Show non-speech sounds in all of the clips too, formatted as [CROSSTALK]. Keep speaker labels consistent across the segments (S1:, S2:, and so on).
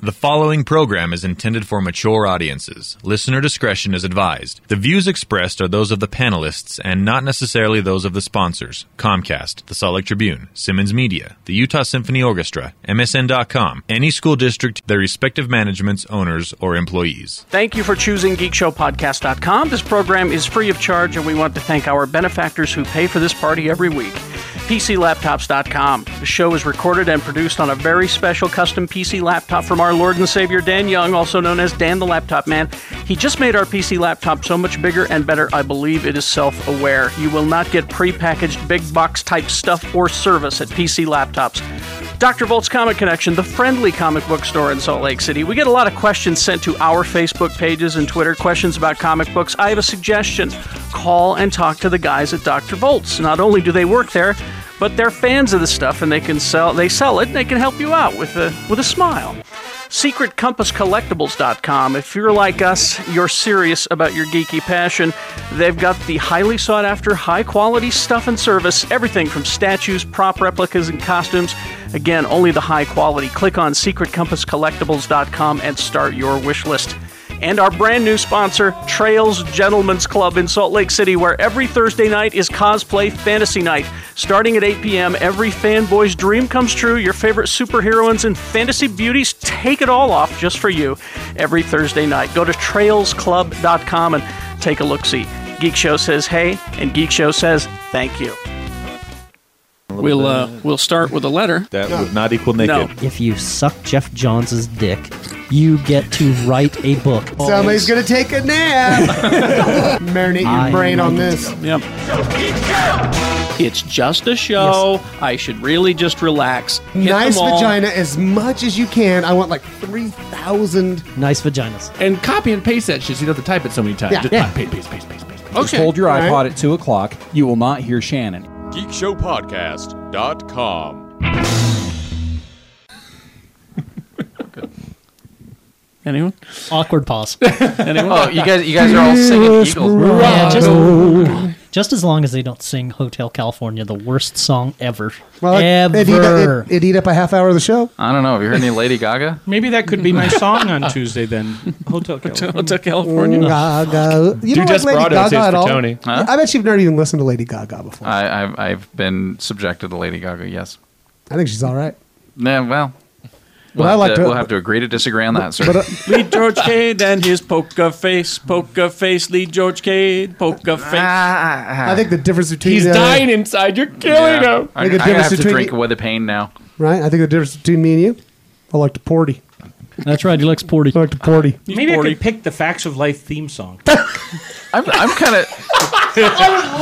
S1: The following program is intended for mature audiences. Listener discretion is advised. The views expressed are those of the panelists and not necessarily those of the sponsors Comcast, the Salt Lake Tribune, Simmons Media, the Utah Symphony Orchestra, MSN.com, any school district, their respective managements, owners, or employees.
S2: Thank you for choosing GeekShowPodcast.com. This program is free of charge, and we want to thank our benefactors who pay for this party every week. PCLaptops.com. The show is recorded and produced on a very special custom PC laptop from our Lord and Savior Dan Young, also known as Dan the Laptop Man. He just made our PC laptop so much bigger and better, I believe it is self aware. You will not get prepackaged big box type stuff or service at PC Laptops. Dr. Volt's Comic Connection, the friendly comic book store in Salt Lake City. We get a lot of questions sent to our Facebook pages and Twitter, questions about comic books. I have a suggestion. Call and talk to the guys at Dr. Volt's. Not only do they work there, but they're fans of the stuff and they can sell they sell it and they can help you out with a with a smile. SecretCompassCollectibles.com. If you're like us, you're serious about your geeky passion. They've got the highly sought after, high quality stuff and service, everything from statues, prop replicas, and costumes. Again, only the high quality. Click on secretcompasscollectibles.com and start your wish list. And our brand new sponsor, Trails Gentlemen's Club in Salt Lake City, where every Thursday night is cosplay fantasy night. Starting at 8 p.m., every fanboy's dream comes true. Your favorite superheroines and fantasy beauties take it all off just for you every Thursday night. Go to trailsclub.com and take a look see. Geek Show says hey, and Geek Show says thank you. We'll, uh, we'll start with a letter.
S3: That would not equal naked.
S2: No.
S4: If you suck Jeff Johns' dick, you get to write a book.
S5: Somebody's gonna take a nap. Marinate your
S4: I
S5: brain on
S4: need
S5: this.
S2: Yep. It's just a show. I should really just relax. Hit
S5: Nice
S2: them all
S5: vagina as much as you can. I want like three thousand.
S4: Nice vaginas.
S6: and copy and paste that shit so you don't have to type it so many times.
S5: Yeah.
S6: Just
S5: Yeah.
S6: copy, paste, paste, paste, paste, paste.
S7: Just hold your
S5: Right.
S7: iPod at 2 o'clock. You will not hear Shannon.
S8: GeekShowPodcast.com.
S2: Anyone?
S6: [LAUGHS]
S4: Awkward pause.
S2: Anyone?
S9: Oh, you guys, you guys are all singing Eagles.
S4: yeah, just, just as long as they don't sing Hotel California, the worst song ever.
S5: it,
S4: ever.
S5: would eat up, it, it'd eat up a half hour of the show.
S9: I don't know. Have you heard any Lady Gaga?
S10: Maybe that could be my song on Tuesday then.
S9: [LAUGHS]
S10: Hotel California.
S2: Hotel
S5: Oh,
S2: California.
S5: Gaga. You don't like
S3: just
S5: Lady
S3: brought us
S5: Gaga
S3: his
S5: at
S3: for
S5: all.
S3: Tony.
S5: I bet you've never even listened to Lady Gaga before.
S9: I, I've, I've been subjected to Lady Gaga. Yes.
S5: I think she's all right.
S9: Yeah, well, we'll,
S5: I
S9: have
S5: like
S9: to,
S5: to-
S9: we'll have to agree to disagree on that, sir.
S5: But uh,
S2: [LAUGHS] Lee George Cade and his poker face, poker face, Lee George Cade,
S5: Ah,
S2: poker face.
S5: I think the difference between
S3: He's
S5: uh,
S3: dying inside. You're killing
S9: Yeah.
S3: him.
S9: I,
S5: Make a
S9: I
S5: difference
S9: have to
S5: between-
S9: drink away the pain now.
S5: right. I think the difference between me and you. I like to porty.
S4: That's right, he likes Porty.
S5: I like to porty.
S10: Maybe I could pick the Facts of Life theme song.
S9: [LAUGHS] I'm, I'm kind of.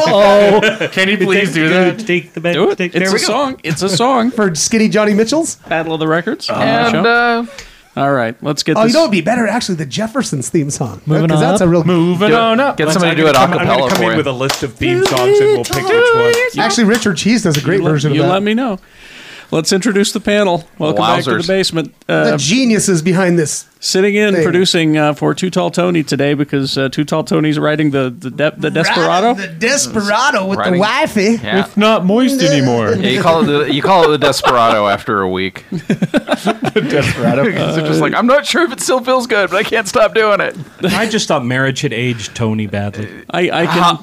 S2: Oh.
S3: Can you please do that?
S10: Take the
S2: Do it.
S10: Take, there
S2: It's
S10: we
S2: a
S10: go.
S2: song. It's a song.
S5: [LAUGHS] For skinny Johnny Mitchell's.
S2: Battle of the Records. on the
S9: And
S2: show.
S9: uh,
S2: All right, let's get
S5: Oh,
S2: this.
S5: you know what'd be better actually the Jeffersons theme song.
S4: Moving
S5: Because
S4: on
S5: that's
S4: up.
S5: a real
S3: Moving
S9: Do it.
S3: on up.
S9: Get somebody to do
S10: I'm
S9: it
S10: gonna come- I'm
S9: acapella
S10: going to come
S9: for
S10: in
S9: you.
S10: with a list of theme songs and we'll pick which
S2: Oh,
S10: one.
S5: Actually, Richard Cheese does a great
S2: you
S5: version
S2: you
S5: of that.
S2: let me know. Let's introduce the panel. Welcome back to
S9: Wowzers.
S2: the basement. Uh,
S5: the geniuses behind this.
S2: sitting in
S5: Thing.
S2: producing uh, for Too Tall Tony today because uh, Too Tall Tony's writing the the, de- the Desperado.
S5: The desperado with
S9: Riding-
S5: the wifey.
S9: Yeah.
S3: Not moist anymore.
S9: Yeah, you call it the you call it the desperado after a week. [LAUGHS] It's just like I'm not sure if it still feels good, but I can't stop doing it.
S10: I just thought marriage had aged Tony badly.
S2: I, I can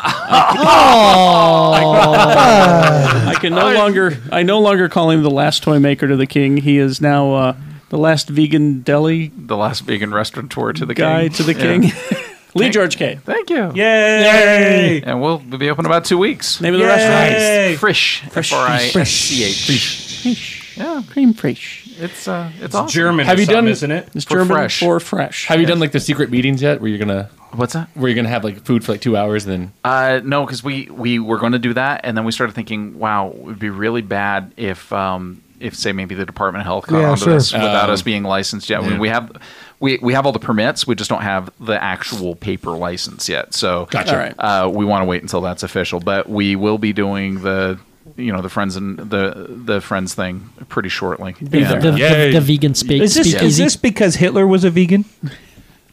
S2: [LAUGHS] I can no longer I no longer call him the last toy maker to the king. He is now uh, the last vegan deli
S9: The last vegan restaurateur to the
S2: guy
S9: king.
S2: to the
S9: Yeah.
S2: king.
S9: [LAUGHS]
S2: Lee George K.
S9: Thank you.
S10: Yay!
S9: And we'll be open in about two weeks.
S2: Name of the restaurant.
S10: Yay!
S9: Frisch. F R I S C H.
S2: Yeah, cream fresh.
S9: It's uh, it's,
S10: It's
S9: awesome.
S10: German,
S6: Have
S10: or
S6: you
S10: something,
S6: done-
S10: Isn't it?
S2: It's
S9: For
S2: German
S9: fresh.
S10: [LAUGHS]
S2: for fresh.
S6: Have you done like the secret meetings yet, where you're gonna
S9: What's that?
S6: where you're gonna have like food for like two hours and then
S9: Uh, no, because we we were going to do that, and then we started thinking, wow, it would be really bad if um if say maybe the Department of Health got
S5: Yeah,
S9: onto
S5: sure.
S9: this without
S6: Oh.
S9: us being licensed yet. I mean, we have we we have all the permits, we just don't have the actual paper license yet. So
S6: Gotcha.
S2: All right.
S9: uh, we want to wait until that's official, but we will be doing the you know the friends and the the friends thing pretty shortly.
S4: The, the, the,
S3: Yay.
S4: the vegan speak,
S10: Is this,
S4: speakeasy.
S10: is this because Hitler was a vegan?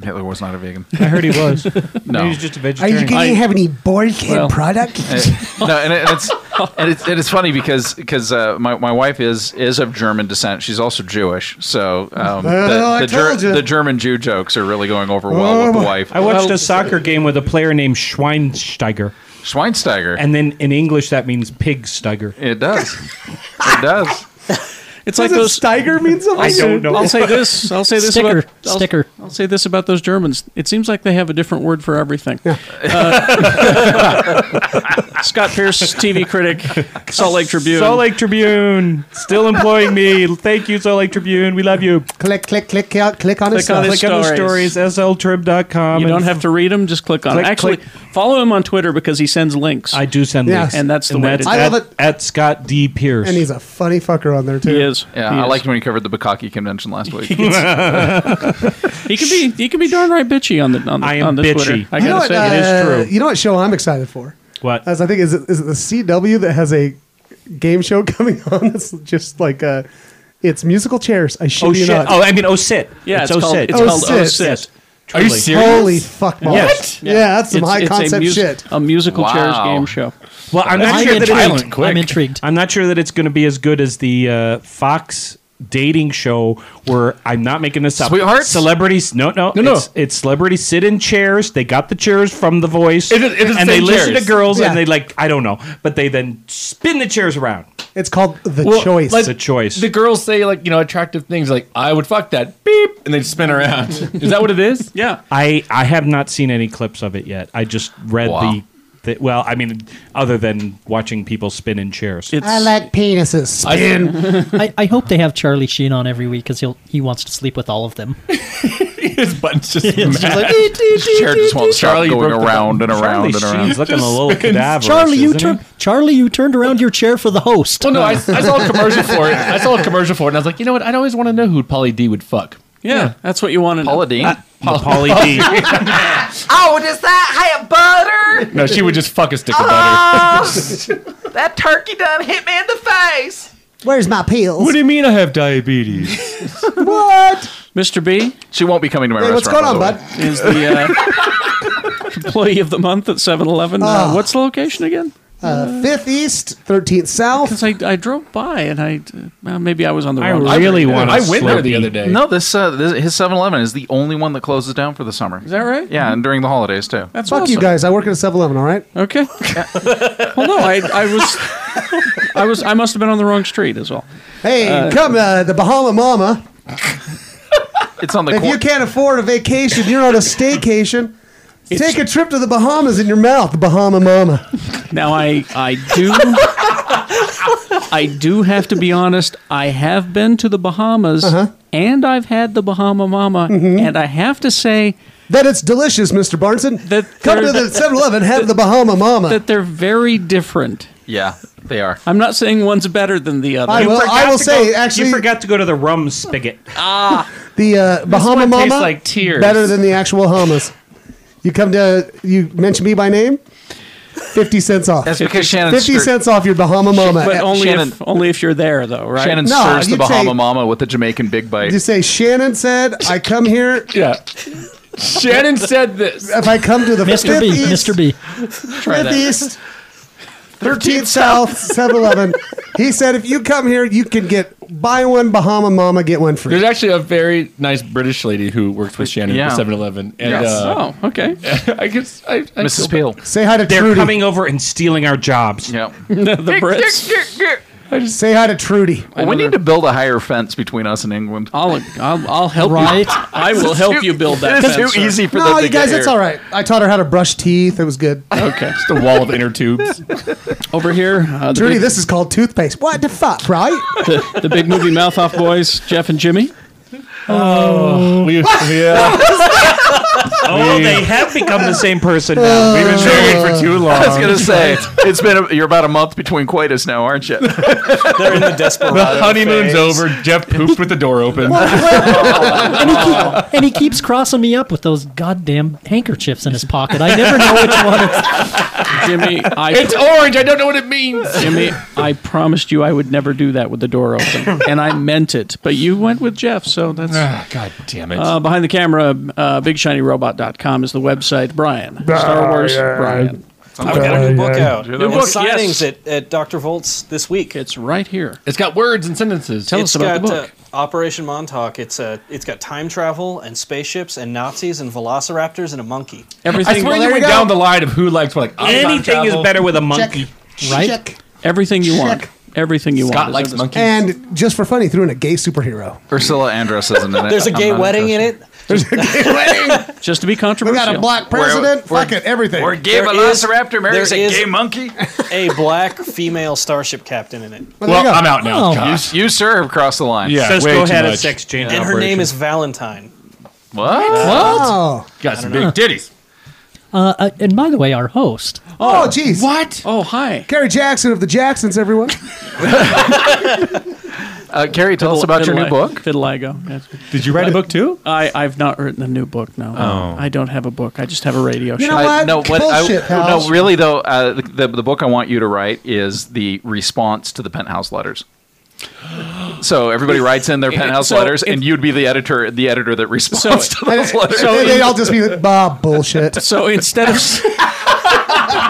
S9: Hitler was not a vegan.
S10: I heard he was.
S9: [LAUGHS] No.
S10: Maybe he's just a
S5: Are
S10: vegetarian.
S5: you going to have any board game
S9: Well-
S5: products?
S9: Uh, no, and, it, and it's and it's, and it's funny because because uh, my, my wife is is of German descent. She's also Jewish, so um,
S5: Well, I
S9: the, the, Ger-
S5: told ya.
S9: the German Jew jokes are really going over well
S5: Oh,
S9: with the
S5: my-
S9: wife.
S10: I watched a
S2: [LAUGHS]
S10: soccer game with a player named Schweinsteiger,
S9: Schweinsteiger.
S10: and then in English that means pig steiger.
S9: it does. it does.
S2: It's like those.
S5: Tiger means something.
S2: I don't know. I'll say this. I'll say this
S4: Sticker.
S2: about I'll,
S4: Sticker.
S2: I'll say this about those Germans. It seems like they have a different word for everything. Uh, [LAUGHS] Scott Pierce, TV critic, Salt Lake Tribune.
S10: Salt Lake Tribune still employing me. Thank you, Salt Lake Tribune. We love you.
S5: Click, click, click, click, click on his
S2: Click
S5: stuff.
S2: on his-
S10: Click on the
S2: Stories.
S10: stories, sltrib.com.
S2: You
S10: and
S2: don't have to read them. Just click on
S10: Click,
S2: it. Actually,
S10: click.
S2: follow him on Twitter because he sends links.
S10: I do send
S5: Yeah.
S10: links.
S2: And that's the way to
S10: at,
S2: do
S5: it. I love it.
S10: at Scott D. Pierce.
S5: And he's a funny fucker on there too.
S2: he is.
S9: Yeah,
S2: He
S9: I
S2: is.
S9: liked when he covered the Bukaki convention last week.
S2: He can be. He can be darn right bitchy on the on the,
S10: I am
S2: on the
S10: bitchy.
S2: Twitter. I
S5: You know
S2: gotta
S5: what?
S2: say,
S10: It is
S5: uh,
S10: true.
S5: You know what show I'm excited for?
S10: what?
S5: As I think is it, is it the CW that has a game show [LAUGHS] coming on? It's just like uh, it's musical chairs. I shit
S10: Oh,
S5: you
S10: shit.
S5: not.
S10: Oh, I mean, oh, sit.
S2: yeah, it's,
S10: oh,
S2: called.
S10: sit.
S2: It's
S5: Oh,
S2: called
S5: sit.
S2: Oh Sit.
S10: Yes.
S6: Are you
S10: Truly.
S6: serious?
S5: Holy fuck! Balls.
S10: Yes.
S5: Yeah, that's some
S2: It's-
S5: high
S2: it's a
S5: concept
S2: mus-
S5: shit.
S2: A musical
S9: Wow.
S2: chairs game show.
S10: Well, I'm not
S4: I'm
S10: sure that
S4: intrigued.
S10: it's
S4: I'm intrigued.
S10: I'm not sure that it's going to be as good as the uh, Fox dating show where I'm not making this up.
S9: Sweethearts?
S10: celebrities. No, no,
S6: No, no.
S10: It's, it's celebrities sit in chairs. They got the chairs from The Voice,
S6: It is- it is
S10: and
S6: the
S10: they
S6: same
S10: listen to
S6: chairs.
S10: girls,
S5: Yeah.
S10: and they like I don't know, but they then spin the chairs around.
S5: It's called The
S6: Well,
S5: Choice.
S6: like-
S10: It's a choice.
S6: The girls say like you know attractive things like I would fuck that beep and they spin around. [LAUGHS] is that what it is?
S2: Yeah.
S10: I I have not seen any clips of it yet. I just read
S9: Wow.
S10: the, the. Well, I mean, other than watching people spin in chairs.
S2: It's,
S6: [LAUGHS]
S5: like penises.
S6: I,
S4: [LAUGHS] I, I hope they have Charlie Sheen on every week because he'll he wants to sleep with all of
S10: [LAUGHS]
S4: them.
S6: his buttons just
S4: It's just
S6: mad.
S4: like,
S9: His chair just won't stop
S6: Charlie
S9: going
S6: broke the
S9: around and around and around.
S10: She's looking a
S9: [LAUGHS]
S6: [LAUGHS]
S4: [LAUGHS]
S10: little cadaverous.
S4: Charlie, you
S10: isn't he?
S4: turned Charlie, you turned around your chair for the host.
S6: Well, Oh, no,
S4: [LAUGHS]
S6: I, I saw a commercial for it. I saw a commercial for it, and I was like, you know what? I'd always want to know who Polly D would fuck.
S2: yeah, That's what you want to know. Uh,
S9: Paula Dean.
S10: The Polly D.
S11: Oh, does that have butter?
S6: [LAUGHS] No, she would just fuck a stick of butter.
S2: Ah!
S6: [LAUGHS]
S11: Oh, that turkey done hit me in the face.
S5: Where's my pills?
S6: do you mean I have diabetes?
S5: What?
S2: Mr. B
S9: She won't be coming to my
S5: Hey, what's
S9: restaurant.
S5: going on,
S9: by the
S5: bud?
S9: way.
S2: is the uh, employee of the month at 7-Eleven. Uh, what's the location again?
S5: Ah. Uh, Fifth East, Thirteenth South.
S2: Because I, I drove by and I uh, well, maybe [LAUGHS] I was on the
S10: I
S2: wrong. side.
S10: really want.
S6: I went there the other day.
S9: No, this, uh, this his 7-Eleven is the only one that closes down for the summer.
S2: Is that right?
S9: Yeah, and during the holidays too.
S2: That's
S5: Fuck
S2: awesome.
S5: you guys. I work at a 7-Eleven, all right?
S2: Okay. well, no, I, I was, I was, I must have been on the wrong street as well.
S5: Hey, come uh, the Bahama Mama.
S9: It's on the
S5: If
S9: cor-
S5: you can't afford a vacation, you're on a
S2: [LAUGHS]
S5: staycation. Take a trip to the Bahamas in your mouth, Bahama Mama.
S2: Now I, I do, I do have to be honest. I have been to the Bahamas
S5: Uh-huh.
S2: and I've had the Bahama Mama,
S5: Mm-hmm.
S2: and I have to say
S5: That it's delicious, Mr. Barnson.
S2: That
S5: Come to
S2: they're-
S5: the 7-Eleven, have the Bahama Mama.
S2: that they're very different.
S9: yeah, they are.
S2: I'm not saying one's better than the other.
S5: I will, I will say,
S10: you
S5: actually,
S10: forgot to go to the rum
S2: [LAUGHS]
S10: spigot.
S2: Ah,
S5: the uh, Bahama
S6: one
S5: Mama
S6: tastes like tears.
S5: better than the actual hummus. You come to, you mention me by name, 50 cents off.
S9: That's because Shannon.
S5: 50
S9: stir-
S5: cents off your Bahama Mama.
S2: but
S5: Uh,
S2: only
S9: Shannon-
S2: if only if you're there, though, right?
S9: Shannon
S5: No,
S9: stirs the
S5: you'd
S9: Bahama
S5: say-
S9: Mama with a Jamaican big
S5: [LAUGHS]
S9: bite.
S5: you say, Shannon said, I come here,
S6: Yeah. Shannon said this.
S5: if I come to the
S4: Mr.
S5: Fifth
S4: B,
S5: East,
S4: Mr. B.
S5: Fifth East, 13th South, 7 Eleven. He said, if you come here, you can get buy one Bahama Mama, get one free.
S6: There's actually a very nice British lady who works with Shannon
S9: Yeah.
S6: at 7 Eleven. And
S9: Yes.
S6: uh,
S2: Oh, okay.
S6: [LAUGHS] I guess I. I feel
S9: Mrs.
S6: bad.
S9: Peel.
S5: Say hi to
S10: They're
S5: Trudy.
S10: coming over and stealing
S6: [LAUGHS]
S10: our jobs.
S2: [LAUGHS]
S9: Yeah.
S2: the Brits.
S5: Say hi to Trudy.
S9: Well, we need to build a higher fence between us and England.
S2: I'll, I'll, I'll help
S4: Right?
S2: you. I will help you build that. fence,
S9: It's too
S2: sir.
S9: easy for them
S5: No,
S9: to
S5: you
S9: get
S5: guys, it's
S9: here.
S5: all right. I taught her how to brush teeth. It was good.
S2: Okay.
S6: Just a wall of inner tubes.
S2: Over here, uh, the,
S5: [LAUGHS] Trudy,
S2: big,
S5: this is called toothpaste. What the fuck, right?
S2: the big movie Mouth Off Boys, Jeff and Jimmy.
S10: [LAUGHS]
S6: We- yeah.
S10: oh, they have become the same person now.
S9: We've been
S10: married for too long.
S9: I was gonna say it's been a, you're about a month between coitus now, aren't you?
S12: They're in the desperado.
S6: The honeymoon's
S12: phase.
S6: over. Jeff pooped with the door open.
S4: and, he keep, and he keeps crossing me up with those goddamn handkerchiefs in his pocket. I never know which one.
S6: [LAUGHS]
S4: It's,
S2: Jimmy, I,
S6: it's orange. I don't know what it means.
S2: Jimmy, I promised you I would never do that with the door open, and I meant it. But you went with Jeff, so that's.
S6: God Ah, damn
S2: Uh, behind the camera, uh, bigshinyrobot.com is the website. Brian,
S6: Ah,
S2: Star Wars, Brian.
S12: I've got a new book out.
S2: New
S12: New
S2: book,
S12: signings
S2: yes.
S12: at, at Dr. Volt's this week.
S2: It's right here.
S6: It's got words and sentences. Tell
S12: It's
S6: us
S12: got,
S6: about the book.
S12: Uh, Operation Montauk. It's uh, it's got time travel and spaceships and Nazis and velociraptors and a monkey.
S2: Everything,
S6: I swear you went down the line of who likes what. Like, I like
S10: Anything is
S6: travel.
S10: better with a monkey.
S4: right?
S2: everything you want.
S5: Check.
S2: Everything you want.
S6: Scott likes monkeys.
S5: And just for fun, he threw in a gay superhero.
S9: Ursula Andress isn't in it.
S12: There's a
S9: I'm
S12: gay
S9: not
S12: wedding in
S9: interested.
S12: it.
S2: Just to be
S5: We
S2: controversial.
S5: got a black president. Fuck it, everything.
S9: Or gay
S12: There is-
S9: velociraptor marries
S12: there
S9: a
S12: is-
S9: gay monkey.
S12: [LAUGHS] A black female starship captain in it.
S5: there you
S6: Well,
S5: go.
S6: I'm out now.
S4: Oh.
S9: You,
S6: Gosh.
S9: you sir have crossed the line.
S6: Yeah, way
S10: Cisco
S6: too
S10: had a
S6: much.
S10: sex change.
S12: And her name is Valentine. Uh,
S9: What?
S5: Oh,
S6: Got some big titties.
S4: Uh, uh, and by the way, our host.
S5: oh, jeez.
S6: What?
S2: Oh, hi.
S5: Carrie Jackson of the Jacksons,
S2: [LAUGHS]
S5: everyone.
S9: Uh, Carrie, tell us about your new book.
S2: Fiddleigo. Yes.
S10: Did you write a book too?
S2: I, I've not written a new book, no.
S6: Oh.
S2: I don't have a book. I just have a radio
S5: You
S2: show.
S5: know what?
S9: no, what I-
S5: Bullshit, pals.
S9: no, really though, uh, the, the book I want you to write is the response to the penthouse letters. So everybody writes in their penthouse
S2: so
S9: letters,
S2: if-
S9: and you'd be the editor, the editor that responds to those letters.
S5: they, they all just be like, bah, bullshit.
S2: So
S5: [LAUGHS]
S2: instead of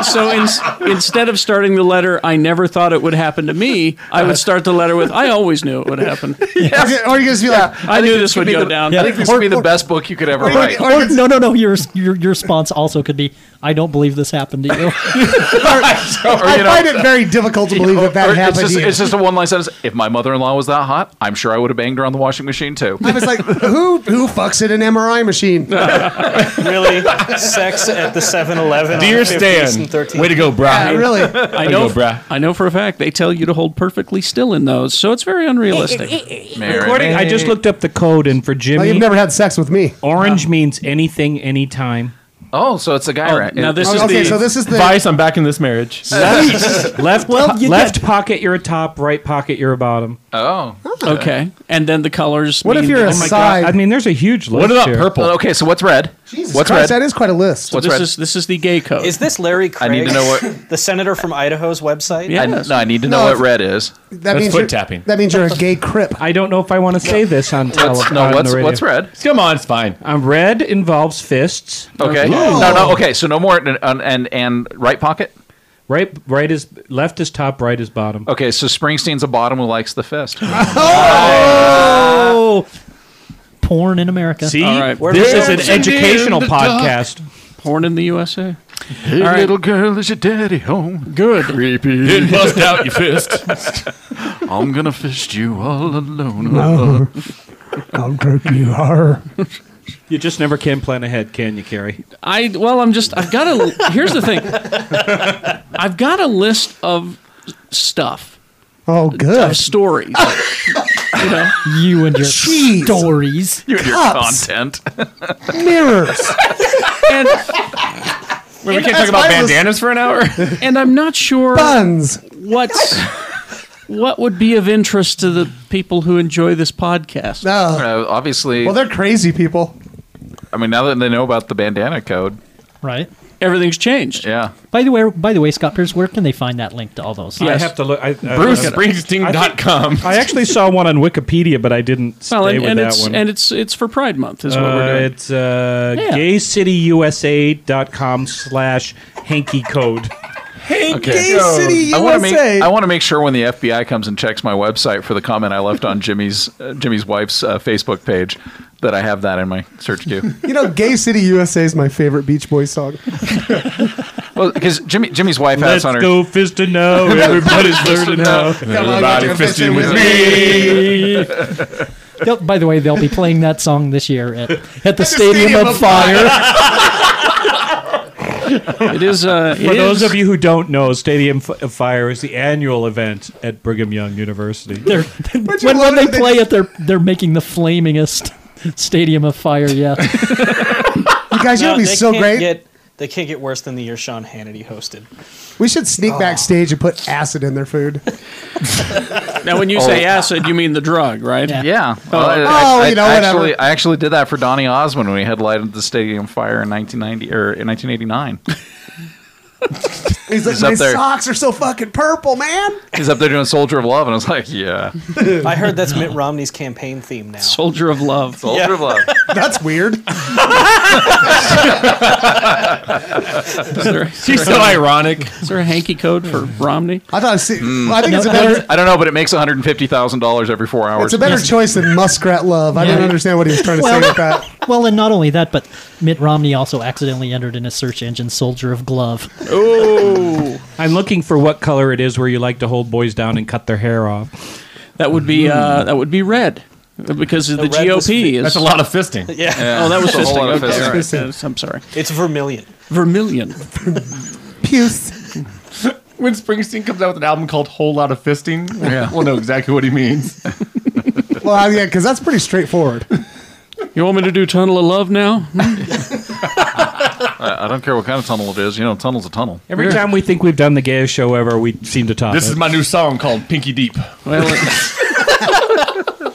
S2: so in, instead of starting the letter, I never thought it would happen to me. I would start the letter with, "I always knew it
S5: [LAUGHS]
S2: would happen.
S5: Or you just be like,
S2: I knew this would go down."
S9: I think this would be the best book you could ever write.
S4: Or, no, no, no. Your, your your response also could be, "I don't believe this happened to you."
S9: [LAUGHS]
S5: I find it very difficult to believe that
S9: Or
S5: that
S9: it's,
S5: happened
S9: just,
S5: to you.
S9: it's just a one-line sentence. If my mother-in-law was that hot, I'm sure I would have banged her on the washing machine too.
S5: I was
S9: [LAUGHS]
S5: like, who who fucks in an MRI machine?
S12: Really? Sex at the 7 Eleven.
S6: Dear
S12: And
S6: Stan,
S12: 13th.
S6: way to go, brah.
S5: really?
S2: I know,
S6: go, brah.
S2: I know for a fact they tell you to hold perfectly still in those, so it's very unrealistic.
S9: Mary
S10: According, I just looked up the code, and for
S5: Well,
S10: Jimmy,
S5: Oh, you've never had sex with me.
S10: orange means anything, anytime.
S9: Oh, so it's a guy, right?
S2: now this is
S5: Oh, Okay,
S2: the
S5: so this is the.
S6: Vice, I'm back in this
S10: [LAUGHS]
S6: marriage.
S10: left
S4: Well, you
S10: left
S4: did.
S10: pocket, you're a top. Right pocket, you're a bottom.
S9: oh,
S2: okay, and then the colors.
S5: What if
S2: mean-
S5: you're a
S2: oh my
S5: side?
S10: I mean, there's a huge list.
S6: What about
S10: here.
S6: purple?
S9: Well, okay. So what's red?
S5: Jesus
S9: what's
S5: Christ,
S9: red?
S5: that is quite a list.
S9: What's
S2: this
S9: red?
S2: is this is the gay code.
S12: Is this Larry
S9: I
S12: Craig?
S9: need to know what-
S12: The senator from Idaho's website?
S2: Yeah.
S9: I, no, I need to
S5: No,
S9: know what
S5: it's-
S9: red is.
S5: that
S6: That's
S5: means
S6: foot
S5: you're-
S6: tapping.
S5: That means you're a gay crip.
S10: I don't know if I want to say this on
S9: What's,
S10: television.
S9: no, what's what's red?
S6: Come on, it's fine.
S10: Um, red involves fists.
S9: Okay.
S10: Oh.
S9: No, no. Okay. So no more and, and and right pocket.
S10: Right, right is left is top, right is bottom.
S9: Okay. So Springsteen's a bottom who likes the fist.
S4: oh, porn in America.
S10: See,
S2: All right.
S10: this is
S6: There's
S10: an
S6: a
S10: educational
S6: in the dark.
S10: podcast.
S2: porn in the USA?
S9: Hey,
S2: right. little
S9: girl, is your daddy home?
S2: Good.
S9: Creepy.
S6: Bust out your fist.
S9: [LAUGHS] I'm gonna fist you all alone.
S5: [LAUGHS] I'll jerk you hard.
S10: You just never can plan ahead, can you, Carrie?
S2: I well, I'm just I've got a here's the thing. I've got a list of stuff
S5: [LAUGHS] Oh, good.
S2: of stories. you know,
S4: [LAUGHS] You and your
S5: Jeez.
S4: stories.
S9: You and your
S5: Cups.
S9: content.
S5: Mirrors.
S2: and
S6: Wait, we can't talk about
S5: mine was-
S6: bandanas for an hour.
S2: [LAUGHS] and I'm not sure
S5: Buns.
S2: what's what would be of interest to the people who enjoy this podcast.
S5: Oh.
S9: Uh, obviously,
S5: Well, they're crazy people.
S9: I mean, now that they know about the bandana code,
S4: Right.
S2: Everything's changed.
S9: yeah.
S4: By the way, by the way, Scott Pierce, where can they find that link to all those?
S10: I
S2: Yes.
S10: have to look. I, uh, I,
S6: BruceSpringsteen.com.
S10: I actually saw one on Wikipedia, but I didn't stay
S2: Well, and,
S10: with
S2: and
S10: that
S2: it's
S10: one.
S2: and it's it's for Pride Month is what
S10: Uh,
S2: we're doing.
S10: it's uh,
S4: Yeah.
S10: gaycityusa.com slash hanky code.
S5: Gay City
S9: I want to make
S5: USA.
S9: I want to make sure when the FBI comes and checks my website for the comment I left on [LAUGHS] Jimmy's uh, Jimmy's wife's uh, Facebook page that I have that in my search
S5: [LAUGHS]
S9: queue.
S5: you know, Gay City USA is my favorite Beach Boys
S9: [LAUGHS]
S5: song.
S9: well, because Jimmy Jimmy's wife
S10: Let's
S9: has on her.
S10: go fisting
S9: [LAUGHS]
S10: now. Everybody's learning now.
S6: Everybody fisting with
S10: me. [LAUGHS]
S4: They'll- by the way, they'll be playing that song this year at, at the Stadium,
S5: Stadium
S4: of
S5: of
S4: Fire.
S9: [LAUGHS]
S2: it is uh,
S10: [LAUGHS] For those of you who don't know, Stadium F- of Fire is the annual event at Brigham Young University.
S5: [LAUGHS]
S4: They're,
S5: you
S4: when when
S5: love
S4: they
S5: it, they [LAUGHS]
S4: play it, they're they're making the flamingest Stadium of Fire. Yeah.
S5: guys, you know
S12: No,
S5: what'd be
S12: they
S5: so
S12: can't
S5: great?
S12: get- they can't get worse than the year Sean Hannity hosted.
S5: We should sneak backstage and put acid in their food.
S13: Now, when you say acid, you mean the drug, right? Yeah.
S9: Well, I-
S5: Oh,
S9: I,
S5: you know,
S9: I
S5: whatever.
S9: actually, I actually did that for Donny Osmond when we had lighted the stadium fire in 1990 or in 1989.
S5: [LAUGHS] He's like,
S9: He's
S5: my
S9: up there.
S5: socks are so fucking purple, man.
S9: He's up there doing Soldier of Love, and I was like, yeah,
S12: I heard that's Mitt Romney's campaign theme
S13: [LAUGHS]
S12: now.
S13: Soldier of Love.
S9: Soldier
S13: [LAUGHS]
S9: of Love.
S5: [LAUGHS] That's
S9: [LAUGHS]
S5: weird. [LAUGHS]
S13: She's
S9: so
S13: ironic. Is there a hanky code for Romney?
S5: I thought. See, I think it's a better.
S9: Hmm. I don't know, but it makes 150 thousand dollars every four hours.
S5: It's a better
S9: [LAUGHS]
S5: choice than muskrat love. I
S4: Yeah.
S5: don't understand what he was trying to
S4: Well-
S5: say with that.
S4: [LAUGHS] Well, and not only that, but Mitt Romney also accidentally entered in a search engine "soldier of
S5: [LAUGHS]
S4: glove."
S10: Oh. I'm looking for what color it is where you like to hold boys down and cut their hair off.
S13: That would be uh, that would be red because of the,
S12: red
S13: GOP.
S12: was fi-
S13: is
S12: That's a lot of
S13: fisting.
S12: [LAUGHS] Yeah.
S13: Oh, that was
S12: That's a
S13: fisting.
S12: whole lot of
S13: Okay,
S12: fisting.
S13: all right.
S12: Fisting.
S13: Yes, I'm sorry. [LAUGHS]
S12: It's Vermilion.
S13: Vermilion.
S5: Puce.
S6: when Springsteen comes out with an album called Whole Lot of Fisting, we'll,
S5: Yeah.
S6: we'll know exactly what he means.
S5: Well, I- yeah, because that's pretty straightforward.
S13: You want me to do Tunnel of Love now?
S9: I, I don't care what kind of tunnel it is. You know, tunnel's a tunnel.
S10: Every time we think we've done the gayest show ever, we seem to top
S6: this
S10: it.
S6: is my new song called Pinky Deep.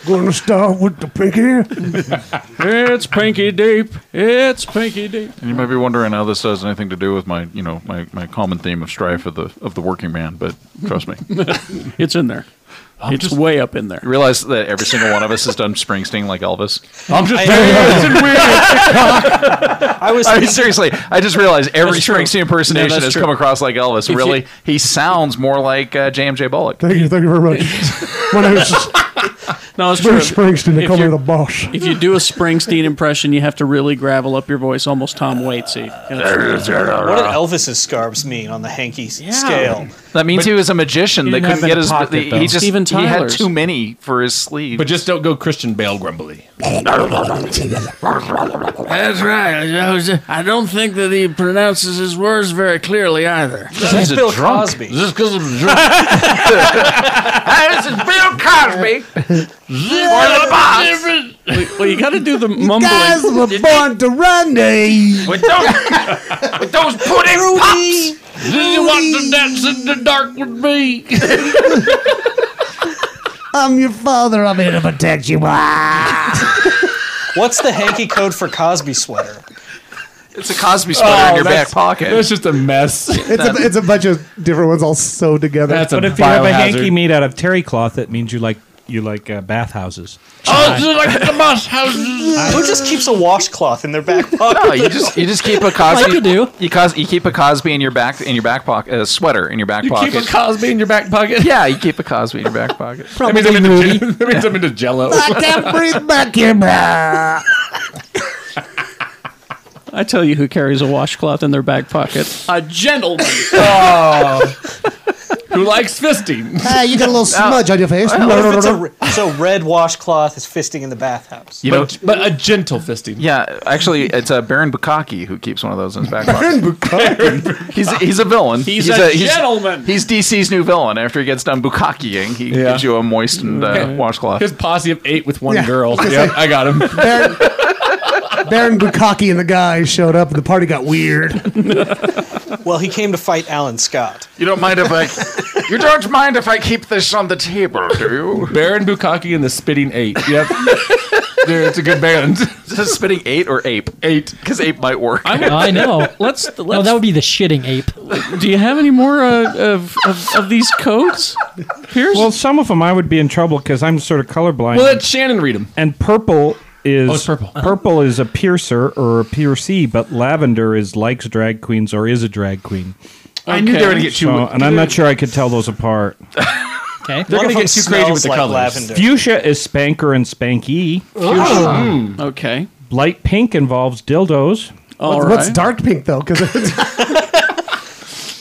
S5: Gonna start with the pinky.
S13: it's Pinky Deep. It's Pinky Deep.
S9: And you might be wondering how this has anything to do with my, you know, my, my common theme of strife of the of the working man. But trust me,
S13: it's in there. it's
S9: just-
S13: way up in there.
S9: you realize that every single one of us has done Springsteen like Elvis.
S13: I'm just-
S12: I was
S9: [LAUGHS] I mean, seriously. I just realized every
S12: That's true.
S9: Springsteen
S12: Yeah,
S9: impersonation
S12: that's
S9: has
S12: true.
S9: come across like Elvis.
S12: If
S9: really,
S12: you-
S9: he sounds more like uh, JMJ Bullock.
S5: Thank you, thank you very much. My name is
S13: No, it's
S5: Bruce
S13: true.
S5: Springsteen. They
S13: If
S5: call me
S13: you're-
S5: the boss.
S13: If you do a Springsteen impression, you have to really gravel up your voice, almost Tom Waitsy.
S12: What did Elvis's scarves mean on the hanky s- scale?
S9: That means he was a magician.
S12: He
S9: They
S12: didn't have
S9: couldn't
S12: them
S9: get
S12: in
S9: his.
S12: pocket,
S9: he-
S12: though.
S9: he just
S12: Steven
S9: he had
S12: Tyler's.
S9: too many for his sleeve.
S6: But just don't go Christian Bale grumbly.
S13: That's right. I was- I don't think that he pronounces his words very clearly either.
S12: That's Bill Cosby.
S13: Is this because
S12: [LAUGHS]
S13: of
S8: Hey, this is Bill Cosby. We're the boss.
S13: Well, you got to do the mumbling.
S5: Guys were born to run day.
S8: With those, with those pudding pops.
S13: Did you want to dance in the dark with me?
S5: I'm your father. I'm here to protect you.
S12: What's the hanky code for Cosby sweater?
S9: It's a Cosby sweater
S5: Oh,
S9: in your back pocket.
S6: Oh, That's just
S10: [LAUGHS]
S6: a [LAUGHS] mess.
S5: It's a, it's a bunch of different ones all sewed together.
S10: but if you have a hanky made out of terry cloth, it means you like you like uh, bathhouses.
S13: Oh, it's like the boss houses.
S12: Who just keeps a washcloth in their back pocket?
S9: [LAUGHS] No, you just you just
S5: [LAUGHS]
S9: keep a Cosby. you do. You, cos, you keep a Cosby in your back in your back pocket uh, sweater in your back
S6: You
S9: pocket.
S6: keep a Cosby in your back pocket.
S9: yeah, you keep a Cosby in your back pocket.
S6: That means I'm into, je- [LAUGHS] that means I'm into Jello.
S5: can't breathe back in.
S13: I tell you who carries a washcloth in their back pocket. A gentleman.
S9: Oh.
S6: [LAUGHS] Who likes fisting?
S5: Hey, Ah, you got a
S9: [LAUGHS]
S5: little smudge on your face.
S12: What if
S5: [LAUGHS]
S12: it's a re- so red washcloth is fisting in the bathhouse.
S9: You
S6: but, but a gentle fisting.
S9: Yeah, actually, it's uh, Baron Bukaki who keeps one of those in his back pocket.
S5: Baron Bukaki.
S9: [LAUGHS] He's he's a villain.
S13: He's a gentleman.
S9: He's, DC's new villain. After he gets done bukakiing, he
S6: Yeah.
S9: gives you a moistened uh, washcloth.
S6: His posse of eight with one
S5: Yeah. [LAUGHS]
S6: girl. Yep, I got him.
S5: Baron, [LAUGHS] Baron Bukaki and the guys showed up, and the party got weird.
S12: Well, he came to fight Alan Scott.
S9: You don't mind
S5: [LAUGHS]
S9: if I you don't mind if I keep this on the table, do you?
S6: Baron Bukaki and the Spitting Eight.
S9: [LAUGHS]
S6: Yep. Dude, it's a good band.
S9: Is this spitting eight or ape?
S6: Eight.
S9: Because ape might work.
S4: I know.
S13: [LAUGHS]
S5: [LAUGHS]
S13: Let's. let's
S4: No, that would be the shitting ape.
S13: do you have any more uh, of, of of these codes, Pierce?
S10: Well, some of them I would be in trouble because I'm sort of colorblind.
S6: Well, let Shannon read him.
S10: and purple is
S6: Oh, it's purple.
S10: is a piercer or a piercee, but lavender is likes drag queens or is a drag queen.
S6: I knew they were going to get you.
S10: So, and I'm not sure I could tell those apart.
S4: Okay.
S6: They're
S12: One
S6: going
S12: of
S6: to
S12: them
S6: get too crazy with
S12: smells
S6: the
S12: like
S6: colors. Oh,
S12: lavender.
S10: Fuchsia is spanker and spanky.
S6: hmm.
S13: Okay.
S10: Light pink involves dildos.
S13: All right.
S5: What's dark pink though? Because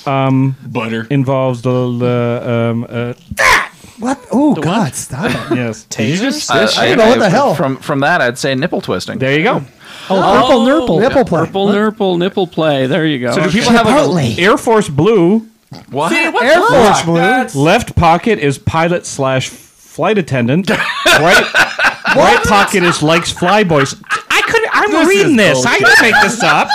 S6: Butter.
S10: Um, Involves the uh, um, uh,
S5: what? Oh God, stop it!
S10: yes.
S12: Tasers?
S9: Uh,
S5: I don't know what the hell.
S9: From from that, I'd say nipple twisting.
S10: There you go.
S4: Oh, purple nurple.
S5: Nipple play.
S13: Purple nurple nipple play. There you go.
S2: Oh,
S6: So do people have like a,
S5: Chipotle.
S10: Air Force blue.
S9: What?
S5: Air Force Blue.
S10: Left pocket is pilot slash flight attendant. right, right pocket is likes flyboys. I could I'm
S5: This
S10: reading
S5: is
S10: this. I
S5: bullshit.
S10: didn't make this up.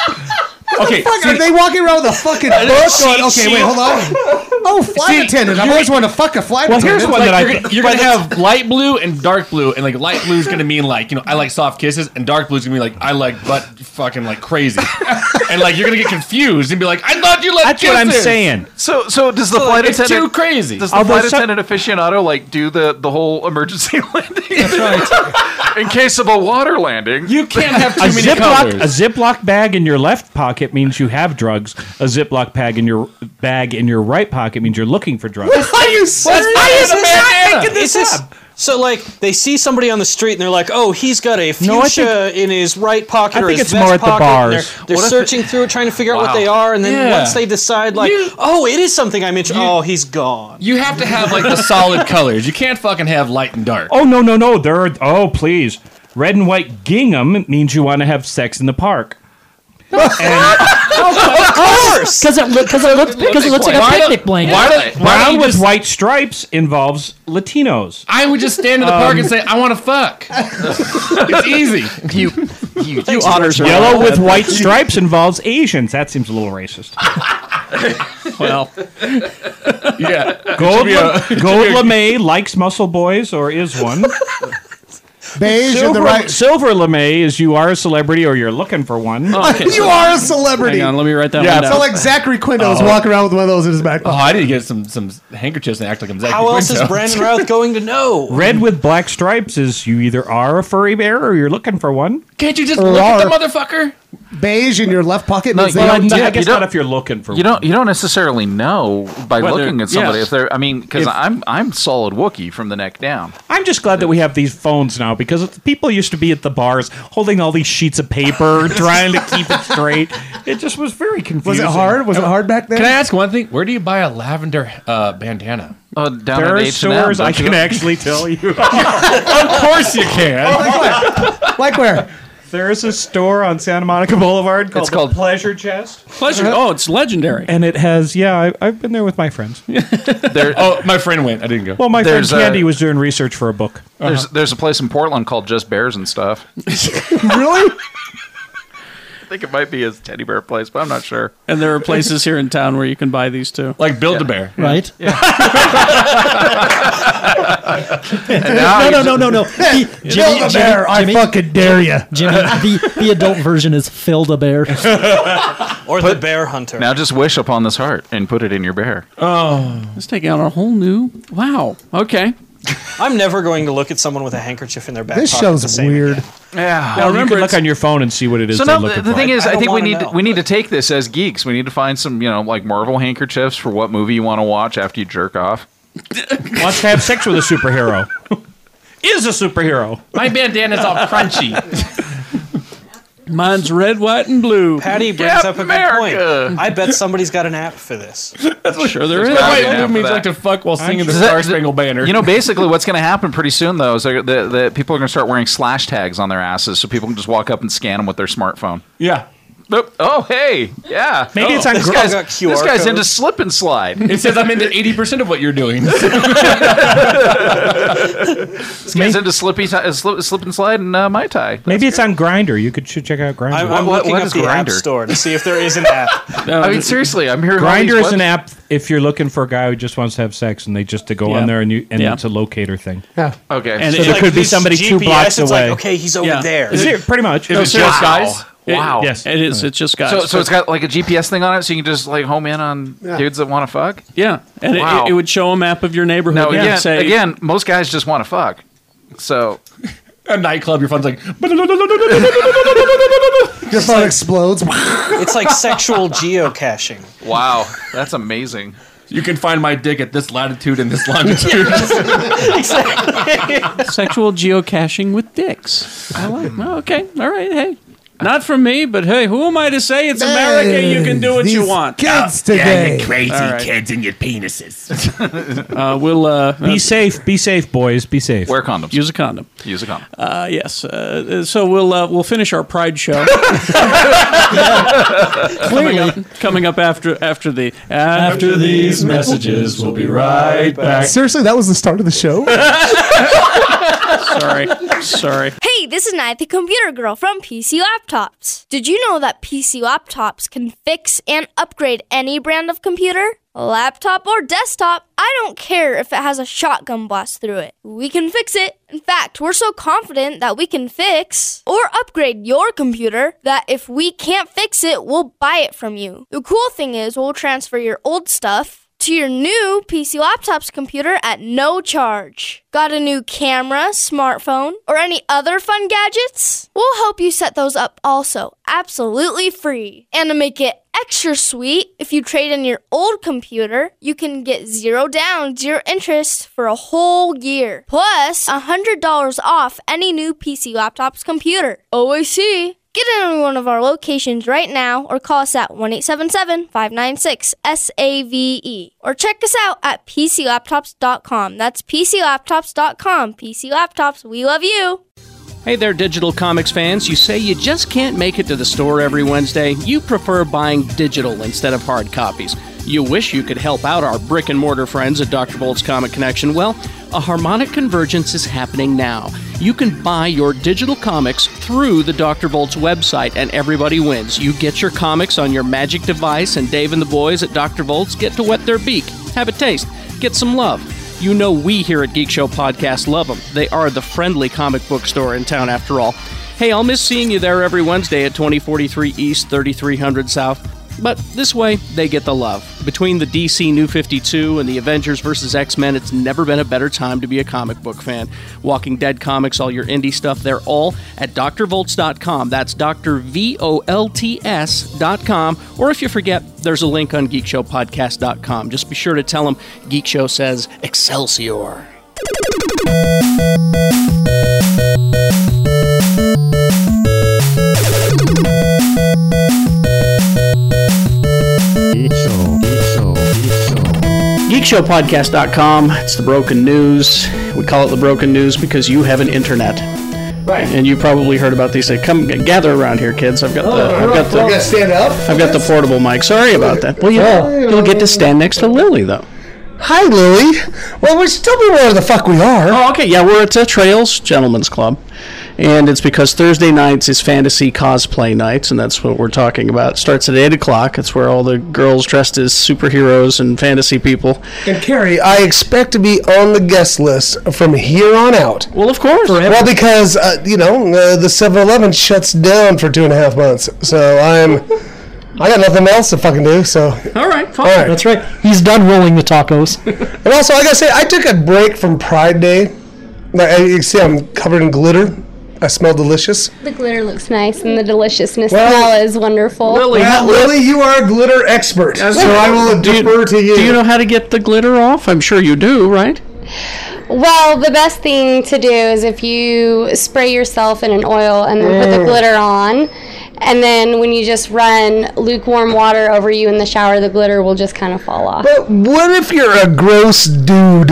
S10: okay,
S5: Fuck,
S10: see-
S5: are they walking around with a fucking book? Going, okay, wait, hold on. [LAUGHS] Oh, flight
S6: See,
S5: attendant. I've
S6: you're-
S5: always wanted to fuck a flight
S6: Well,
S5: attendant.
S6: here's one that I
S5: [LAUGHS]
S6: you're, you're gonna have light blue and dark blue, and like light blue is gonna mean like you know I like soft kisses, and dark blue is gonna be like I like butt fucking
S5: [LAUGHS]
S6: like crazy, and like you're gonna get confused and be like I thought you like
S10: That's what I'm
S6: kisses."
S10: saying.
S9: So, so does the
S6: So,
S9: flight
S6: it's
S9: attendant?
S6: too crazy.
S9: Does the
S6: Although
S9: flight
S6: some-
S9: attendant aficionado like do the the whole emergency [LAUGHS] landing? In case of a water landing, you
S6: can't have
S10: a Ziploc, a Ziploc bag in your left pocket means you have drugs. A Ziploc bag in your bag in your right pocket means you're looking for drugs.
S12: are you
S3: serious? I'm not making this up.
S12: So like they see somebody on the street and they're like, "Oh, he's got a fuchsia
S10: No, I
S12: in his right pocket
S10: I
S12: or
S10: think
S12: his
S10: it's
S12: vest
S10: more at the
S12: pocket."
S10: bars.
S12: and They're, they're
S10: What if
S12: searching through, trying to figure out
S6: Wow.
S12: what they are, and then
S6: Yeah.
S12: once they decide, like, "Oh, it is something I mentioned," oh, he's gone.
S6: You have to
S10: [LAUGHS]
S12: [LAUGHS]
S6: have like the solid colors. You can't fucking have light and dark.
S10: Oh no no no! There are oh please, red and white gingham means you want to have sex in the park.
S5: Oh,
S4: of course, because it because it looks because it looks like a picnic blanket.
S10: Brown with white stripes involves Latinos.
S6: I would just stand in the park
S10: Um,
S6: and say I want to [LAUGHS] fuck. it's easy.
S9: You you,
S10: Yellow with white stripes involves Asians. That seems a little racist.
S6: Well, [LAUGHS] yeah.
S10: Gold,
S6: It
S10: La-
S6: should be a-
S10: Gold
S6: it should be
S10: LeMay likes muscle boys or is one.
S5: [LAUGHS] Beige
S10: silver,
S5: and the right.
S10: Silver LeMay is you are a celebrity or you're looking for one.
S5: [LAUGHS] you are a celebrity.
S10: Hang on, let me write that
S5: yeah,
S10: one down.
S5: So like
S6: [LAUGHS]
S5: Zachary Quinto is
S10: Oh.
S5: walking around with one of those in his back
S6: a- Oh,
S5: pocket.
S6: I need to get some some handkerchiefs and act like I'm Zach.
S12: How else is Brandon Routh going to know?
S10: [LAUGHS] Red with black stripes is you either are a furry bear or you're looking for one.
S6: [LAUGHS] Can't you just
S5: Or
S6: look at the
S5: are-
S6: motherfucker?
S5: Beige in your left pocket.
S9: No,
S5: means
S9: you
S5: they
S9: don't-
S5: don't-
S9: yeah,
S10: I guess
S9: you don't-
S10: not if you're looking for
S9: You
S10: one.
S9: don't you don't necessarily know by
S10: Whether-
S9: looking at somebody
S10: yes.
S9: if they're. I mean, because
S10: If-
S9: I'm I'm solid Wookiee from the neck down.
S10: I'm just glad that we have these phones now because people used to be at the bars holding all these sheets of paper trying to keep it straight. It just was very confusing.
S5: Was it hard? Was it hard back then? [LAUGHS]
S6: Can I ask one thing? Where do you buy a lavender uh, bandana?
S9: Oh, down
S10: There
S9: at
S10: are
S9: H&M,
S10: stores I
S9: don't you
S10: can
S9: go-
S10: actually tell
S9: [LAUGHS]
S10: you. of course you can.
S5: [LAUGHS] like where?
S10: There's a store on Santa Monica Boulevard called,
S2: It's called-
S10: the Pleasure Chest,
S2: Pleasure.
S12: Uh-huh.
S2: Oh, it's legendary.
S10: and it has yeah. I, I've been there with my friends.
S9: There,
S6: Oh, my friend went. I didn't go.
S10: Well, my
S9: There's, uh,
S10: friend Candy was doing research for a book. Uh-huh.
S9: There's there's a place in Portland called Just Bears and [LAUGHS] Stuff.
S5: really?
S9: I think it might be his teddy bear place, but I'm not sure.
S2: [LAUGHS] And there are
S9: [LAUGHS]
S2: places here in town where you can buy these too.
S6: Like Build a Bear.
S4: Right?
S6: [LAUGHS]
S9: now
S4: no, no,
S9: he's-
S4: no,
S5: [LAUGHS]
S4: no, no. The,
S5: Build a bear. I fucking dare you. [LAUGHS]
S4: Jimmy, the, the adult version is filled a bear.
S12: [LAUGHS] Or the bear hunter.
S9: Now just wish upon this heart and put it in your bear.
S2: Oh, it's taking on a whole new. Wow. Okay.
S12: [LAUGHS] I'm never going to look at someone with a handkerchief in their back
S5: This
S12: pocket the
S5: show's
S12: same Ah,
S5: weird.
S9: Yeah.
S10: Now remember, look on your phone and see what it is.
S9: So
S10: they're
S9: no, the,
S10: looking
S9: the
S10: for.
S9: thing is,
S12: I
S9: I,
S12: don't
S9: think we
S12: wanna
S9: need
S12: know.
S9: we need to take this as geeks. We need to find some, you know, like Marvel handkerchiefs for what movie you want to watch after you jerk off.
S10: [LAUGHS] wants to have sex with a superhero. [LAUGHS] is a superhero.
S6: My bandana's all crunchy.
S2: Mine's red, white, and blue.
S12: Patty brings up a good
S9: America.
S12: point. I bet somebody's got an app for
S2: [LAUGHS]
S12: this.
S2: Sure, there
S9: There's
S2: is.
S9: gotta be an
S6: White
S9: app
S6: dude
S9: for
S6: means
S9: that.
S6: like to fuck while singing the
S9: Does that-
S6: Star Spangled Banner.
S9: You know, basically, what's going to happen pretty soon though is that the, the people are going to start wearing slash tags on their asses, so people can just walk up and scan them with their smartphone.
S6: yeah.
S9: Nope. Oh, hey, yeah.
S10: Maybe
S9: Oh,
S10: it's on
S9: this
S10: gr-
S9: guy's,
S12: got QR
S9: this guy's into
S12: codes.
S9: slip and slide.
S6: It says I'm into 80% of what you're doing.
S9: This guy's into slippy ti- uh, slip, slip and slide and uh, mai tai.
S10: Maybe it's on Grinder. You could should check out Grinder.
S12: I'm, I'm
S9: What-
S12: looking
S9: what
S12: up
S9: is
S12: the app
S9: Grindr?
S12: store to see if there
S9: [LAUGHS]
S12: is an app.
S2: No,
S9: I mean,
S2: just-
S9: seriously, I'm hearing all these
S10: Grinder is an
S9: webs-
S10: app if you're looking for a guy who just wants to have sex and they just to go
S2: Yeah.
S10: on there and you and
S2: Yeah.
S10: it's a locator thing.
S9: Okay,
S2: And
S10: So
S2: it,
S10: there
S12: Like,
S10: could be
S12: this
S10: somebody two
S12: GPS,
S10: blocks
S12: it's
S10: away.
S12: Like, okay, he's over
S2: Yeah.
S12: there.
S10: Is it pretty much? No,
S6: it's
S10: seriously.
S6: just guys?
S2: it-
S9: Wow.
S10: yes.
S2: it is. It's just guys.
S9: So, so it's got like a GPS thing on it, so you can just like home in on dudes that want to fuck.
S2: yeah, and it-
S9: Wow.
S2: it, it would show a map of your neighborhood.
S9: No,
S2: and
S9: again,
S2: say,
S9: again, most guys just want to fuck. So
S6: a nightclub, your
S9: [LAUGHS]
S6: phone's like,
S5: Your phone explodes.
S12: [LAUGHS] It's like sexual geocaching.
S9: [LAUGHS] wow, that's amazing.
S6: you can find my dick at this latitude and this [LAUGHS] longitude.
S2: [LAUGHS]
S9: [LAUGHS]
S2: sexual geocaching with dicks. I like. well, okay, all right. Hey, not from me, but hey, who am I to say it's America? You can do what you
S5: These
S2: want. Ah.
S5: Kids today.
S6: crazy
S2: All right.
S6: kids and your penises.
S2: Uh, we'll uh, uh,
S10: Be safe, be safe, boys, be safe.
S9: Wear condoms.
S2: use a condom.
S9: Use a condom.
S2: Uh, yes. Uh, so we'll uh, we'll finish our Pride
S6: [LAUGHS]
S2: show coming up, coming up after after the [LAUGHS] after these messages. We'll be right back.
S5: Seriously, that was the start of the show.
S2: Sorry, sorry.
S11: Hey, Hey, this is Night the Computer Girl from PC Laptops. Did you know that PC Laptops can fix and upgrade any brand of computer? Laptop or desktop, I don't care if it has a shotgun blast through it. We can fix it. In fact, we're so confident that we can fix or upgrade your computer that if we can't fix it, we'll buy it from you. The cool thing is, we'll transfer your old stuff to your new PC laptop's computer at no charge. Got a new camera, smartphone, or any other fun gadgets? We'll help you set those up also, absolutely free. And to make it extra sweet, if you trade in your old computer, you can get zero down, zero interest for a whole year. Plus, $100 off any new PC laptop's computer. Oh, OAC. Get in one of our locations right now or call us at 1 877 596 SAVE E or check us out at PCLaptops.com. That's PCLaptops.com. PC Laptops, we love you.
S2: Hey there, digital comics fans. You say you just can't make it to the store every Wednesday. You prefer buying digital instead of hard copies. You wish you could help out our brick and mortar friends at Dr. Bolt's Comic Connection. Well, a harmonic convergence is happening now. You can buy your digital comics through the Dr. Bolt's website, and everybody wins. You get your comics on your magic device, and Dave and the boys at Dr. Bolt's get to wet their beak, have a taste, get some love. You know we here at Geek Show Podcast love them. They are the friendly comic book store in town after all. Hey, I'll miss seeing you there every Wednesday at 2043 East, 3300 South. But this way, they get the love. Between the DC New 52 and the Avengers vs. X Men, it's never been a better time to be a comic book fan. Walking Dead comics, all your indie stuff, they're all at drvolts.com. That's drvolts.com. Or if you forget, there's a link on geekshowpodcast.com. Just be sure to tell them Geek Show says Excelsior. geekshowpodcast.com. It's the broken news. We call it the broken news because you have an internet. Right. And you probably heard about these. Things. Come g- gather around here, kids. I've got the. I've got the.
S5: gotta Oh, stand up?
S2: I've got the portable mic. Sorry about that. Well, you you'll get to stand next to Lily though.
S5: Oh. Hi, Lily. Well, we tell me where the fuck we are.
S2: Oh, okay. Yeah, we're at uh, Trails Gentlemen's Club, and it's because Thursday nights is fantasy cosplay nights, and that's what we're talking about. It starts at eight o'clock. It's where all the girls dressed as superheroes and fantasy people.
S5: And Carrie, I expect to be on the guest list from here on out.
S2: Well, of course.
S5: Well, because uh, you know uh, the 7-Eleven shuts down for two and a half months, so I'm. I got nothing else to fucking do, so.
S2: All right, fine.
S4: That's right. He's done rolling the tacos.
S5: [LAUGHS] And also, I gotta say, I took a break from Pride Day. Like, I- you see, I'm covered in glitter. I smell delicious.
S14: The glitter looks nice, and the deliciousness
S5: Well-
S14: smell is wonderful.
S5: Well, Lily, you are a glitter expert, so I will
S2: do
S5: defer to you.
S2: Do you know how to get the glitter off? I'm sure you do, right?
S14: Well, the best thing to do is if you spray yourself in an oil and then put the
S15: Mm.
S14: glitter on, and then when you just run lukewarm water over you in the shower, the glitter will just kind of fall off.
S5: But what if you're a gross dude,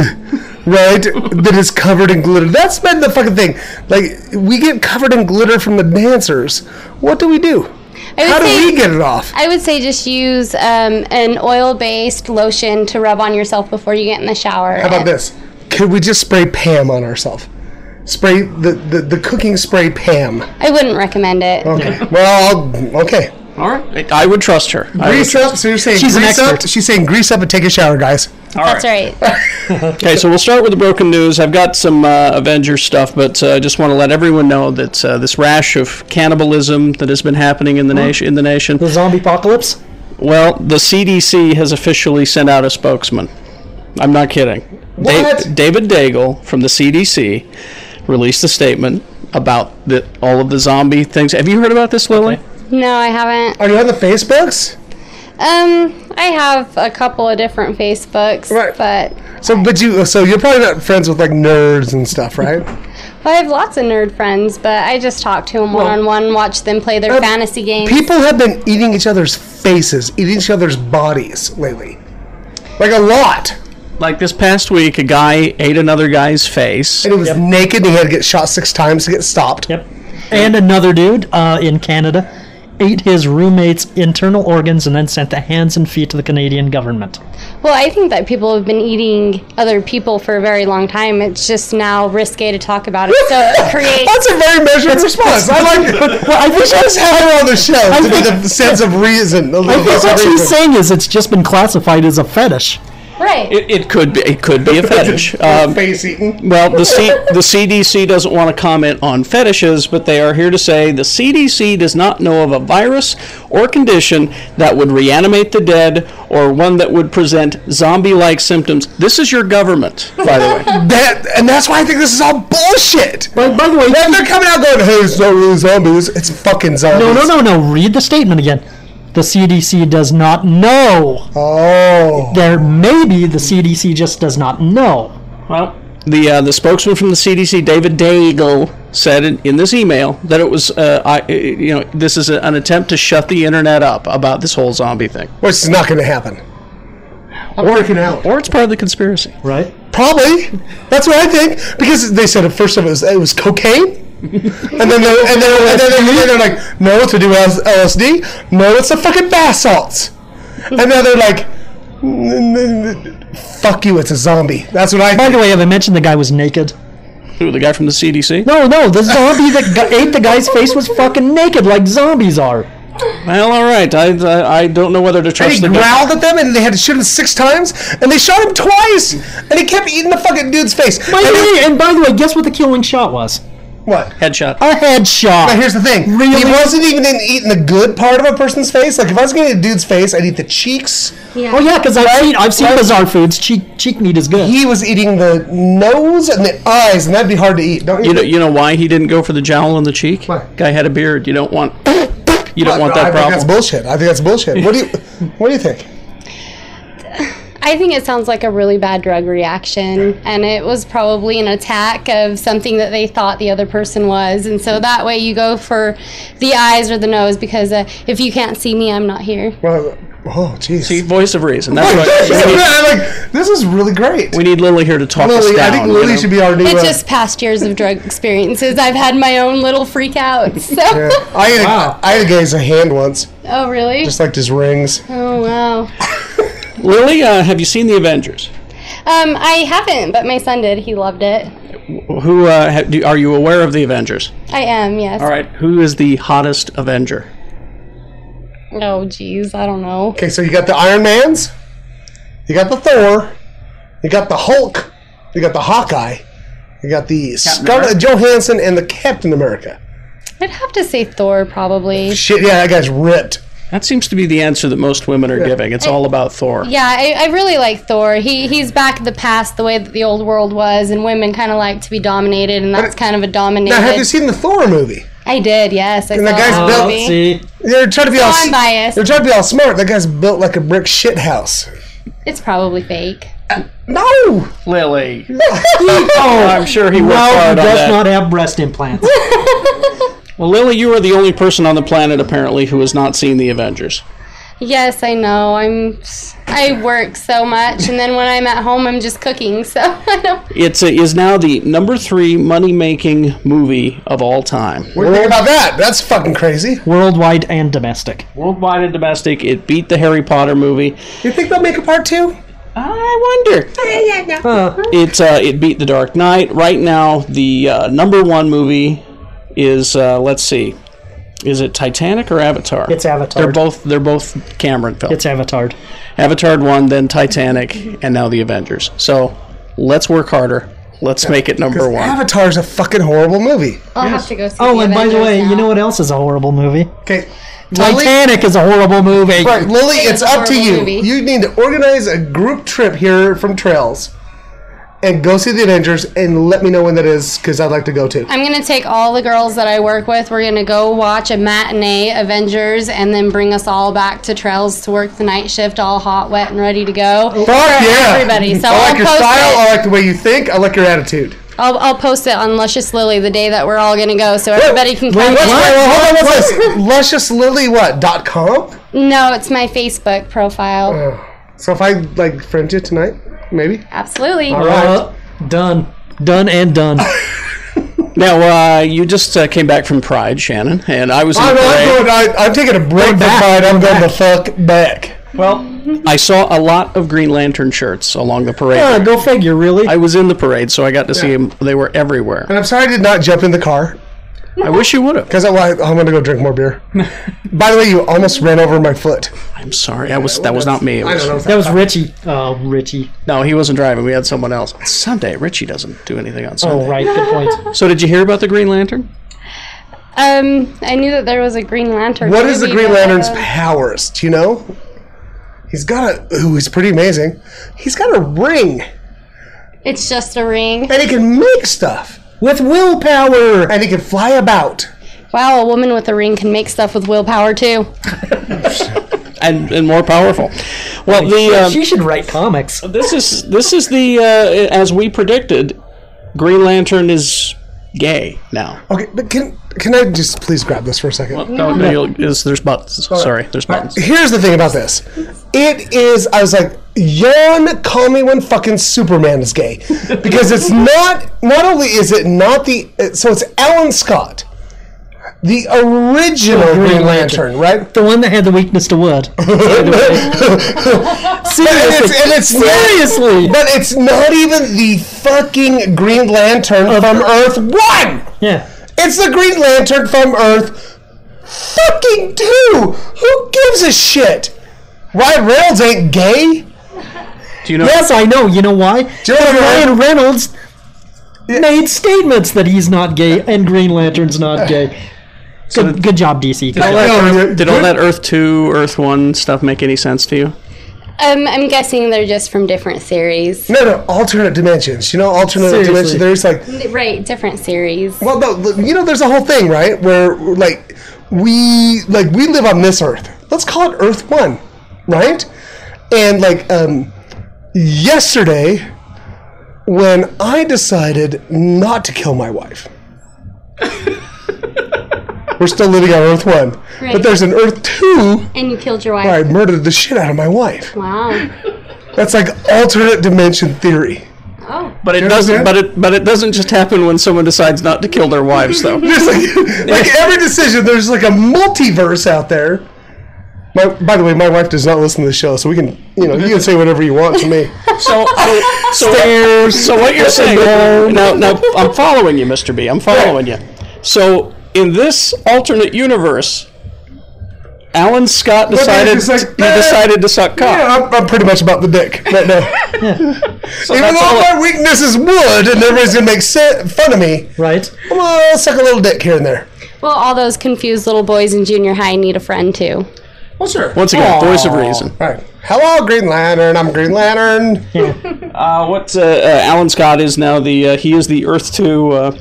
S5: right? that is covered in glitter. That's been the fucking thing. Like we get covered in glitter from the dancers. What do we do?
S14: I would
S5: How do
S14: say-
S5: we get it off?
S14: I would say just use um, an oil-based lotion to rub on yourself before you get in the shower.
S5: How about this? Could we just spray Pam on ourselves? Spray the, the the cooking spray Pam.
S14: I wouldn't recommend it.
S5: Okay. Well, I'll- okay.
S2: All right. I would trust her. I
S5: Grease
S2: would-
S5: up. So you're saying
S2: She's an
S5: grease up.
S2: expert.
S5: She's saying grease up and take a shower, guys.
S14: That's right.
S5: [LAUGHS]
S2: okay, so we'll start with the broken news. I've got some uh, Avengers stuff, but uh, I just want to let everyone know that uh, this rash of cannibalism that has been happening in the nation, in the nation, the zombie apocalypse. Well, the CDC has officially sent out a spokesman. I'm not kidding. Da- David Daigle from the CDC released a statement about the, all of the zombie things. Have you heard about this, Lily?
S14: No, I haven't.
S5: Are you on the Facebooks?
S14: Um, I have a couple of different Facebooks, but
S5: So, but you, uh, so you're probably not friends with like nerds and stuff, right?
S14: well, I have lots of nerd friends, but I just talk to them one on one, watch them play their
S5: Uh,
S14: fantasy games.
S5: People have been eating each other's faces, eating each other's bodies lately. Like a lot.
S2: Like this past week, a guy ate another guy's face.
S5: And he was naked and he had to get shot six times to get stopped.
S4: Yep. And another dude uh, in Canada ate his roommate's internal organs and then sent the hands and feet to the Canadian government.
S14: Well, I think that people have been eating other people for a very long time. It's just now risque to talk about it. So
S5: [LAUGHS]
S14: it creates.
S5: That's a very measured response. I like. [LAUGHS]
S4: [LAUGHS]
S5: I wish I was had her on the show to get the sense of reason. A
S4: I
S5: little
S4: think
S5: bit
S4: what
S5: of
S4: she's
S5: reason.
S4: saying is it's just been classified as a fetish.
S14: Right.
S2: It, it could be. It could be a fetish. Um,
S5: Face eating.
S2: Well, the C- the CDC doesn't want to comment on fetishes, but they are here to say the CDC does not know of a virus or condition that would reanimate the dead or one that would present zombie-like symptoms. This is your government, by
S5: [LAUGHS]
S2: the way.
S5: [LAUGHS] That and that's why I think this is all bullshit. But by the way, they're coming out going, "Hey, it's not really zombies. It's fucking zombies."
S4: No, no, no, no. Read the statement again. The CDC does not know.
S5: Oh.
S4: There may be the CDC just does not know.
S2: Well, the uh, the spokesman from the CDC, David Daigle, said in, in this email that it was, uh, I, uh, you know, this is a, an attempt to shut the internet up about this whole zombie thing.
S5: Which is not going to happen. I'm freaking out.
S2: Or it's part of the conspiracy,
S4: right?
S5: Probably. That's what I think because they said at first it was it was cocaine. and then they're, and then and then, and then they're like, no, it's to do with LSD. No, it's the fucking bath salts.
S14: [LAUGHS]
S5: And now they're like, "N- n- n- fuck you, it's a zombie. That's what I.
S4: By the way, have I mentioned the guy was naked?
S2: Who, the guy from the CDC?
S4: No, no, the zombie that gu- ate the guy's
S2: [LAUGHS]
S4: face was fucking naked, like zombies are.
S2: Well, all right. I, I, I don't know whether to
S5: And
S2: trust
S5: he
S2: the
S5: growled at them, and they had to shoot him six times, and they shot him twice, and he kept eating the fucking dude's face.
S4: By the way, and by the way, guess what the killing shot was?
S5: What?
S2: Headshot.
S4: A headshot.
S5: Now here's the thing.
S4: Really?
S5: He wasn't even in eating the good part of a person's face. Like if I was gonna eat a dude's face, I'd eat the cheeks.
S14: Yeah.
S4: Oh yeah, because I've seen I've seen bizarre foods. Cheek cheek meat is good.
S5: He was eating the nose and the eyes, and that'd be hard to eat. Don't you?
S2: You know, you know why he didn't go for the jowl and the cheek? Guy had a beard. You don't want. You don't want
S5: I think
S2: that
S5: that's
S2: problem.
S5: bullshit. I think that's bullshit. What do you? [LAUGHS] What do you think?
S14: I think it sounds like a really bad drug reaction, and it was probably an attack of something that they thought the other person was, and so that way you go for the eyes or the nose because uh, if you can't see me, I'm not here.
S5: Well, oh jeez.
S2: See, voice of reason. That's
S5: Like,
S2: what.
S5: this-
S2: we need-
S5: I'm like, this is really great.
S2: We need Lily here to talk us
S5: Lily, I think
S2: down.
S5: Lily should be our new.
S14: It's
S5: uh,
S14: just past years of drug experiences. I've had my own little freakouts. [LAUGHS] So.
S5: yeah. I ate a, I ate a guy's hand once,
S14: Oh really?
S5: just like his rings.
S14: oh wow.
S2: Lily, uh, have you seen the Avengers?
S14: Um, I haven't, but my son did. He loved it.
S2: Who uh, ha- do, are you aware of the Avengers?
S14: I am. Yes.
S2: All right. Who is the hottest Avenger?
S14: Oh jeez, I don't know.
S5: Okay, so you got the Iron Man's, you got the Thor, you got the Hulk, you got the Hawkeye, you got the Scarlett Johansson, and the Captain America.
S14: I'd have to say Thor probably.
S5: Shit, yeah, that guy's ripped.
S2: That seems to be the answer that most women are giving. It's all about Thor.
S14: Yeah, I, I really like Thor. He he's back in the past the way that the old world was, and women kind of like to be dominated, and that's kind of a dominated.
S5: Now, have you seen the Thor movie?
S14: I did, yes. I
S5: And
S14: saw
S5: that guy's
S14: that
S5: built.
S2: Oh,
S14: movie.
S5: They're trying to be
S14: So
S5: all.
S14: I'm biased.
S5: They're trying to be all smart. That guy's built like a brick shit house.
S14: It's probably
S5: [LAUGHS]
S14: fake.
S5: No,
S2: Lily.
S5: [LAUGHS]
S2: Oh,
S5: Oh,
S2: I'm sure he worked
S4: no,
S2: hard on
S4: he does
S2: that.
S4: not have breast implants.
S2: Well, Lily, you are the only person on the planet apparently who has not seen the Avengers.
S14: Yes, I know. I'm. I work so much, and then when I'm at home, I'm just cooking. So [LAUGHS] I don't.
S2: It's uh is now the number three money making movie of all time.
S5: What do you think about that? That's fucking crazy.
S4: Worldwide and domestic.
S2: Worldwide and domestic, it beat the Harry Potter movie.
S5: You think they'll make a part two?
S2: I wonder. It uh, it beat the Dark Knight. Right now, the uh, number one movie is uh, let's see, is it Titanic or Avatar?
S4: It's Avatar.
S2: They're both they're both Cameron films.
S4: It's Avatar.
S2: Avatar one, then Titanic, and now the Avengers. So let's work harder. Let's make it number one.
S5: Avatar's a fucking horrible movie.
S14: I'll have to go see.
S4: Oh,
S14: the
S4: and by the
S14: Avengers
S4: way,
S14: now.
S4: you know what else is a horrible movie?
S5: Okay.
S4: Titanic is a horrible movie.
S5: Right, Lily,
S14: It is
S5: it's
S14: a
S5: up to
S14: horrible
S5: you.
S14: movie.
S5: You need to organize a group trip here from Trails and go see the Avengers and let me know when that is because I'd like to go too.
S14: I'm gonna take all the girls that I work with. We're gonna go watch a matinee Avengers, and then bring us all back to Trails to work the night shift, all hot, wet, and ready to go.
S5: Fuck
S14: for
S5: yeah!
S14: Everybody. So
S5: I like
S14: will
S5: your
S14: post
S5: style.
S14: It.
S5: I like the way you think. I like your attitude.
S14: I'll, I'll post it on Luscious Lily the day that we're all gonna go, so everybody can come.
S5: Wait,
S14: in.
S5: hold on, what's this? Luscious Lily, what? Dot com.
S14: No, it's my Facebook profile.
S5: Uh, So if I like friend you tonight, maybe.
S14: Absolutely.
S5: All right.
S4: Uh, done. Done and done.
S2: [LAUGHS] Now, uh, you just uh, came back from Pride, Shannon, and I was. in
S5: I,
S2: the parade.
S5: am going, I, I'm taking a break from mine. I'm going the fuck back.
S2: Well, I saw a lot of Green Lantern shirts along the parade.
S5: Yeah, go figure, really.
S2: I was in the parade, so I got to see them. They were everywhere.
S5: And I'm sorry I did not jump in the car.
S2: I wish you would have.
S5: Because I'm, like, I'm going to go drink more
S2: [LAUGHS]
S5: beer. By the way, you almost ran over my foot.
S2: I'm sorry. I was that was not me. It
S5: I don't know if
S2: was,
S5: that- That was
S2: Richie. Oh, Richie. No, he wasn't driving. We had someone else. Sunday. Richie doesn't do anything on Sunday.
S4: right, good
S2: point. So, did you hear about the Green Lantern?
S14: Um, I knew that there was a Green Lantern.
S5: What is the
S14: movie,
S5: Green
S14: but,
S5: Lantern's
S14: uh,
S5: powers? Do you know? He's got a. Ooh, he's pretty amazing. He's got a ring.
S14: It's just a ring.
S5: And he can make stuff with willpower. And he can fly about.
S14: Wow, a woman with a ring can make stuff with willpower too.
S2: And and more powerful. Well, the um,
S4: she should write comics.
S2: This is this is the uh, as we predicted. Green Lantern is gay now.
S5: Okay, but can can I just please grab this for a second?
S2: No, no, you'll- is- there's buttons. Sorry, there's buttons.
S5: Here's the thing about this. It is. I was like, yawn. Call me when fucking Superman is
S2: [LAUGHS]
S5: gay, because it's not. Not only is it not the. uh, So it's Alan Scott, the original Green Lantern, right?
S4: The one that had the weakness to wood.
S5: [LAUGHS] Seriously, and it's, and it's
S4: Seriously.
S5: not, but it's not even the fucking Green Lantern from Earth One.
S4: Yeah,
S5: it's the Green Lantern from Earth fucking two. Who gives a shit? Ryan Reynolds ain't gay.
S2: Do
S5: you know-
S4: [LAUGHS] Yes, I know. You know why? Because
S5: Ryan-
S4: Ryan Reynolds made statements that he's not gay and Green
S5: [SIGHS]
S4: Lantern's not gay. Good, good job, DC.
S2: Did all, that Earth, did all that Earth 2, Earth 1 stuff make any sense to you?
S14: Um, I'm guessing they're just from different series.
S5: No, no, alternate dimensions. You know, alternate
S14: Seriously.
S5: dimensions. There's like,
S14: Right, different series.
S5: well, no, you know, there's a whole thing, right? Where like we like we live on this Earth. Let's call it Earth One, right? And like um, yesterday, when I decided not to kill my wife. We're still living on Earth One, but
S14: Right.
S5: there's an Earth Two
S14: And you killed your wife.
S5: where I murdered the shit out of my wife.
S14: Wow.
S5: That's like alternate dimension theory.
S14: Oh.
S2: But it doesn't. But it. But it doesn't just happen when someone decides not to kill their wives,
S5: [LAUGHS]
S2: though.
S5: There's like, like every decision, there's like a multiverse out there. My, by the way, my wife does not listen to the show, so we can, you know, you can say whatever you want to me.
S2: So, so, [LAUGHS] so, what,
S5: Stairs,
S2: so what you're saying?
S5: down.
S2: Now, now, I'm following you, Mr. B. I'm following you. So, in this alternate universe, Alan
S5: [LAUGHS]
S2: Scott
S5: But they're
S2: decided
S5: just like,
S2: he
S5: "Eh,
S2: decided to suck cock.
S5: Yeah, I'm, I'm pretty much about the dick right
S2: [LAUGHS]
S5: now. Even
S2: that's
S5: though
S2: all-
S5: my weakness is wood, and everybody's gonna make se- fun of me,
S4: right?
S5: I'm gonna suck a little dick here and there.
S14: Well, all those confused little boys in junior high need a friend too.
S5: Well, sure.
S2: Once again, voice of reason.
S5: Right. Hello, Green Lantern. I'm Green Lantern.
S2: [LAUGHS] Uh, what uh, uh, Alan Scott is now the uh, he is the Earth Two uh,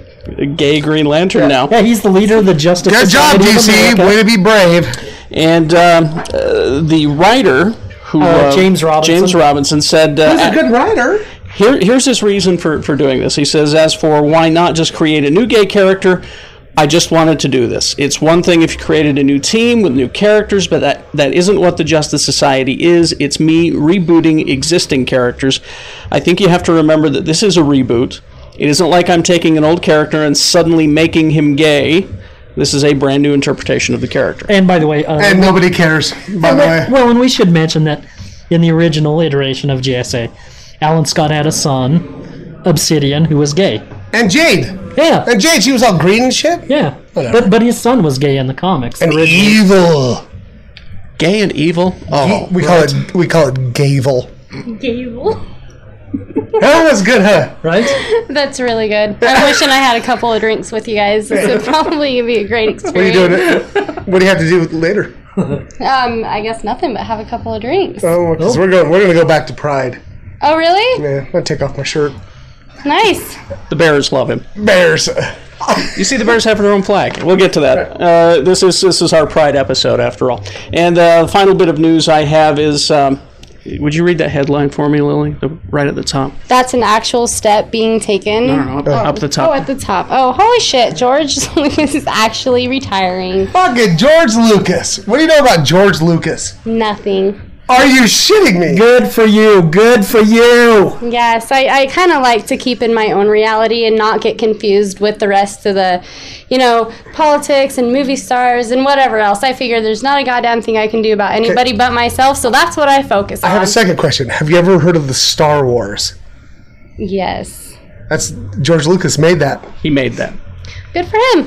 S2: gay Green Lantern now.
S4: Yeah, he's the leader of the Justice.
S5: Good job,
S2: Society of
S5: DC.
S2: America.
S5: Way to be brave.
S2: And um, uh, the writer who
S5: Uh, James Robinson.
S2: James Robinson said uh,
S5: He's a good writer.
S2: Here, here's his reason for, for doing this. He says, as for why not just create a new gay character, I just wanted to do this. It's one thing if you created a new team with new characters, but that, that isn't what the Justice Society is. It's me rebooting existing characters. I think you have to remember that this is a reboot. It isn't like I'm taking an old character and suddenly making him gay. This is a brand new interpretation of the character.
S4: And by the way, uh,
S5: And nobody cares, by
S4: and
S5: the
S4: we-
S5: way.
S4: well, and we should mention that in the original iteration of JSA, Alan Scott had a son, Obsidian, who was gay.
S5: And Jade.
S4: Yeah.
S5: And Jade, she was all green and shit.
S4: Yeah.
S5: Whatever.
S4: But but his son was gay in the comics.
S5: And evil.
S2: Gay and evil. Oh,
S5: we call it we call it gavel.
S14: Gable. [LAUGHS]
S5: That was good, huh?
S4: Right?
S14: That's really good. I'm wishing I had a couple of drinks with you guys. This would probably be a great experience.
S5: What are you doing? what do you have to do
S4: [LAUGHS]
S5: later?
S14: Um, I guess nothing but have a couple of drinks.
S5: Oh, because we're going. We're going to go back to Pride.
S14: Oh, really?
S5: Yeah, I'm gonna take off my shirt.
S14: Nice.
S2: The Bears love him.
S5: Bears.
S2: You see, the Bears have their own flag. We'll get to that. Uh, this is this is our pride episode, after all. And uh, the final bit of news I have is: um, Would you read that headline for me, Lily? The, right at the top.
S14: That's an actual step being taken.
S2: No, no, no, up- up the top.
S14: Oh, at the top. Oh, holy shit! George [LAUGHS] Lucas is actually retiring.
S5: Fucking George Lucas. What do you know about George Lucas?
S14: Nothing.
S5: Are you shitting me?
S16: Good for you. Good for you.
S14: Yes, I, I kind of like to keep in my own reality and not get confused with the rest of the, you know, politics and movie stars and whatever else. I figure there's not a goddamn thing I can do about anybody but myself, so that's what I focus
S5: I
S14: on.
S5: have a second question. Have you ever heard of the Star Wars?
S14: yes.
S5: That's George Lucas made that.
S2: He made that.
S14: Good for
S2: [LAUGHS]
S14: him.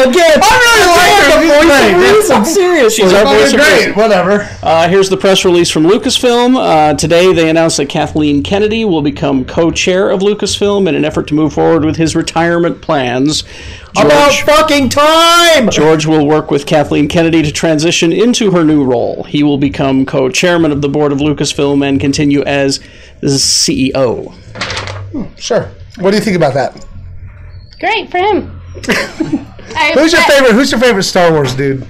S5: Again, [LAUGHS] I really like her voice.
S2: I'm [LAUGHS] serious.
S5: She's fucking great. Whatever.
S2: Uh, here's the press release from Lucasfilm. Uh, today, they announced that Kathleen Kennedy will become co-chair of Lucasfilm in an effort to move forward with his retirement plans.
S16: About fucking time!
S2: George will work with Kathleen Kennedy to transition into her new role. He will become co-chairman of the board of Lucasfilm and continue as the E CEO.
S5: Mm, Sure. What do you think about that?
S14: Great for him. I,
S5: Who's your
S14: I-
S5: favorite? Who's your favorite Star Wars dude?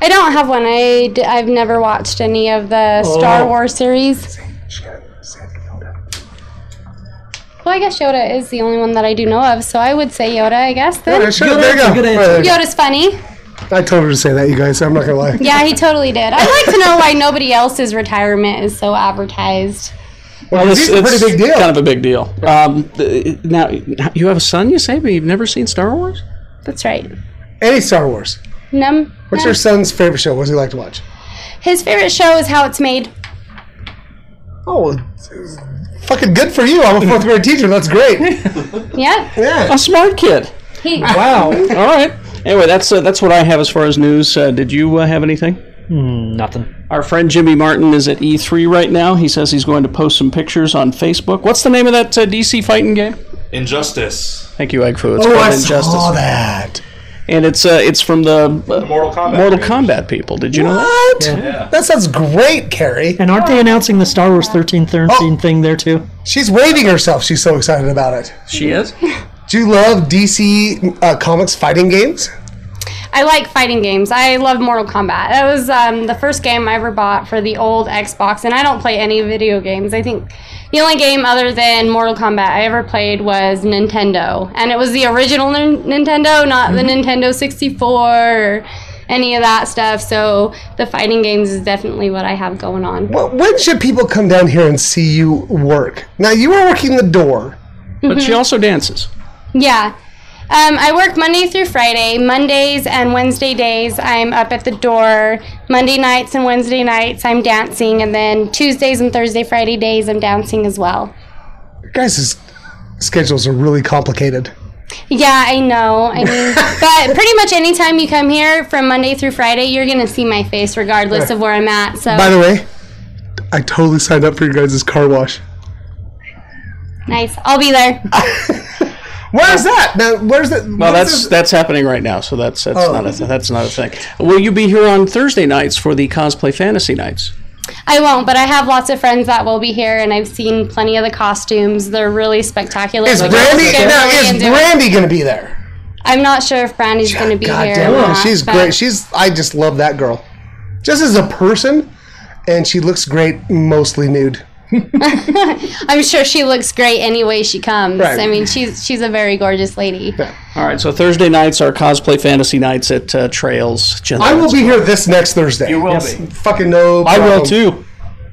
S14: I don't have one. I d- I've never watched any of the Star
S5: Oh.
S14: Wars series. Well, I guess Yoda is the only one that I do know of, so I would say Yoda, I guess. Then.
S5: Yeah, sure, Good there you answer, go. good answer. Right there.
S14: Yoda's funny.
S5: I told her to say that, you guys. so I'm not gonna lie.
S14: Yeah, he totally did. I'd like to know why nobody else's retirement is so advertised.
S2: Well,
S5: it's- it's a pretty big deal.
S2: Kind of a big deal. Um, th- now, you have a son, you say, but you've never seen Star Wars?
S14: That's right.
S5: Any Star Wars?
S14: Num.
S5: What's your son's favorite show? What does he like to watch?
S14: His favorite show is How It's Made.
S5: Oh, fucking good for you. I'm a fourth grade teacher. That's great. [LAUGHS]
S14: Yeah.
S2: A smart kid.
S14: He,
S2: Wow. [LAUGHS] All right. Anyway, that's uh, that's what I have as far as news. Uh, did you uh, have anything?
S4: nothing.
S2: Our friend Jimmy Martin is at E3 right now. He says he's going to post some pictures on Facebook. What's the name of that uh, DC fighting game?
S9: Injustice.
S2: Thank you, Egg Foo. It's
S9: Oh,
S2: called
S9: I
S2: Injustice.
S9: saw
S5: that.
S2: And it's uh, it's from the, uh,
S9: Mortal Kombat.
S2: Mortal Kombat people. Did you know that?
S5: What? That sounds great, Carrie. Oh.
S4: And aren't they announcing the Star Wars 13 13 thing there too?
S5: She's waving herself. She's so excited about it.
S2: She is.
S5: [LAUGHS] Do you love DC uh, comics fighting games?
S14: I like fighting games. I love Mortal Kombat. That was um, the first game I ever bought for the old Xbox, and I don't play any video games. I think the only game other than Mortal Kombat I ever played was Nintendo, and it was the original Nin- Nintendo, not the Nintendo 64 or any of that stuff. So the fighting games is definitely what I have going on.
S5: Well, when should people come down here and see you work? Now you are working the door,
S14: But she Mhm.
S2: also dances.
S14: Yeah. Um, I work Monday through Friday. Mondays and Wednesday days, I'm up at the door. Monday nights and Wednesday nights, I'm dancing. And then Tuesdays and Thursday, Friday days, I'm dancing as well.
S5: Your guys' schedules are really complicated.
S14: Yeah, I know. I
S5: [LAUGHS]
S14: mean, but pretty much anytime you come here from Monday through Friday, you're going to see my face regardless of where I'm at. So
S5: By the way, I totally signed up for your guys' car wash.
S14: nice. I'll be there.
S5: [LAUGHS] Where's that? Now, where's that?
S2: Well, that's that's happening right now, so that's that's
S14: Oh.
S2: not a th- that's not a thing. Will you be here on Thursday nights for the cosplay fantasy nights?
S14: I won't, but I have lots of friends that will be here, and I've seen plenty of the costumes. They're really spectacular.
S5: Is
S14: They're
S5: Brandy
S14: scary
S5: now?
S14: and
S5: Is
S14: doing-
S5: Brandy gonna be there?
S14: I'm not sure if Brandy's going to be
S5: God
S14: here.
S5: damn
S14: or
S5: it,
S14: not,
S5: she's
S14: but-
S5: great. She's I just love that girl, just as a person, and she looks great mostly nude.
S14: I'm sure she looks great any way she comes.
S2: Right.
S14: I mean, she's she's a very gorgeous lady.
S2: All right, so Thursday nights are cosplay fantasy nights at uh, Trails.
S5: I will be here this next Thursday. You will be. Fucking no.
S2: I will
S5: problem.
S2: too.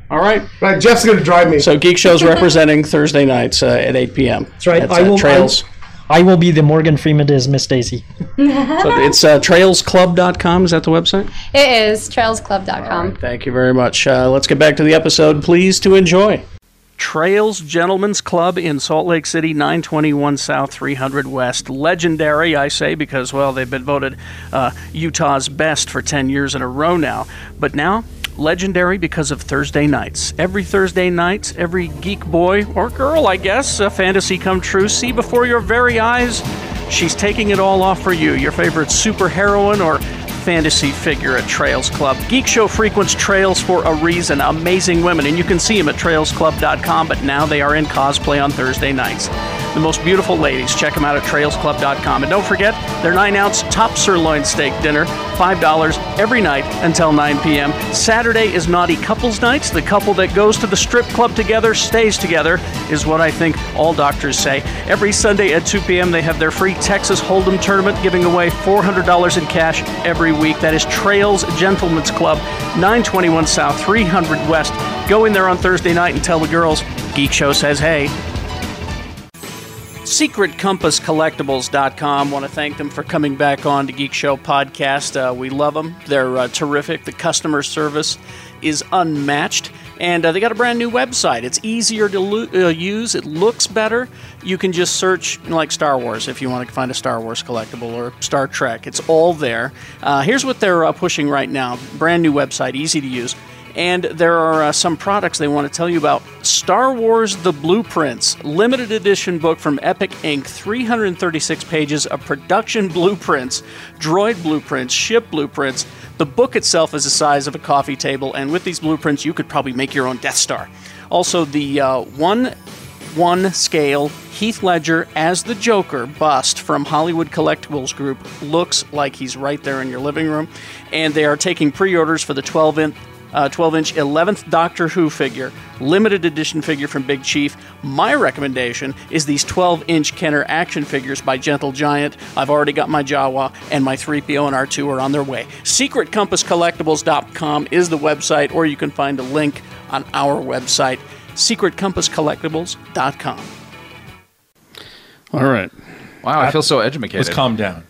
S2: All right.
S5: Right, Jeff's going to drive me.
S2: So Geek Show's representing Thursday nights uh, at 8 p.m. That's
S4: right.
S2: At,
S4: I
S2: uh,
S4: will- I-
S2: Trails.
S4: I will be the Morgan Freeman is Miss Daisy.
S2: So it's uh, trailsclub.com. Is that the website?
S14: [LAUGHS] It is trailsclub.com.
S2: Thank you very much. Uh, let's get back to the episode. Please to enjoy.
S17: Trails Gentlemen's Club in Salt Lake City, 921 South, 300 West. Legendary, I say, because, well, they've been voted uh, Utah's best for 10 years in a row now. But now, legendary because of Thursday nights. Every Thursday nights, every geek boy or girl, I guess, a fantasy come true, see before your very eyes. She's taking it all off for you. Your favorite superheroine or fantasy figure at Trails Club. Geek Show frequents Trails for a reason. Amazing women, and you can see them at trailsclub.com, but now they are in cosplay on Thursday nights.
S2: the most beautiful ladies. Check them out at trailsclub.com. And don't forget their 9 ounce top sirloin steak dinner, $5 every night until 9 p.m. Saturday is Naughty Couples Nights. The couple that goes to the strip club together stays together, is what I think all doctors say. Every Sunday at 2 p.m., they have their free Texas Hold'em tournament giving away $400 in cash every week. That is Trails Gentlemen's Club, 921 South, 300 West. Go in there on Thursday night and tell the girls Geek Show says hey. SecretCompassCollectibles.com. Want to thank them for coming back on to Geek Show Podcast. Uh, we love them. They're uh, terrific. The customer service is unmatched. And uh, they got a brand new website. It's easier to lo- uh, use, it looks better. You can just search you know, like Star Wars if you want to find a Star Wars collectible or Star Trek. It's all there. Uh, here's what they're uh, pushing right now brand new website, easy to use. And there are uh, some products they want to tell you about. Star Wars The Blueprints, limited edition book from Epic Inc., 336 pages of production blueprints, droid blueprints, ship blueprints. The book itself is the size of a coffee table, and with these blueprints, you could probably make your own Death Star. Also, the uh, 1 1 scale Heath Ledger as the Joker bust from Hollywood Collectibles Group looks like he's right there in your living room. And they are taking pre orders for the 12 inch. Uh, 12 inch 11th Doctor Who figure, limited edition figure from Big Chief. My recommendation is these 12 inch Kenner action figures by Gentle Giant. I've already got my Jawa, and my 3PO and R2 are on their way. SecretCompassCollectibles.com is the website, or you can find a link on our website, SecretCompassCollectibles.com.
S18: All right.
S9: Wow, I feel so edumacated.
S6: Let's calm down.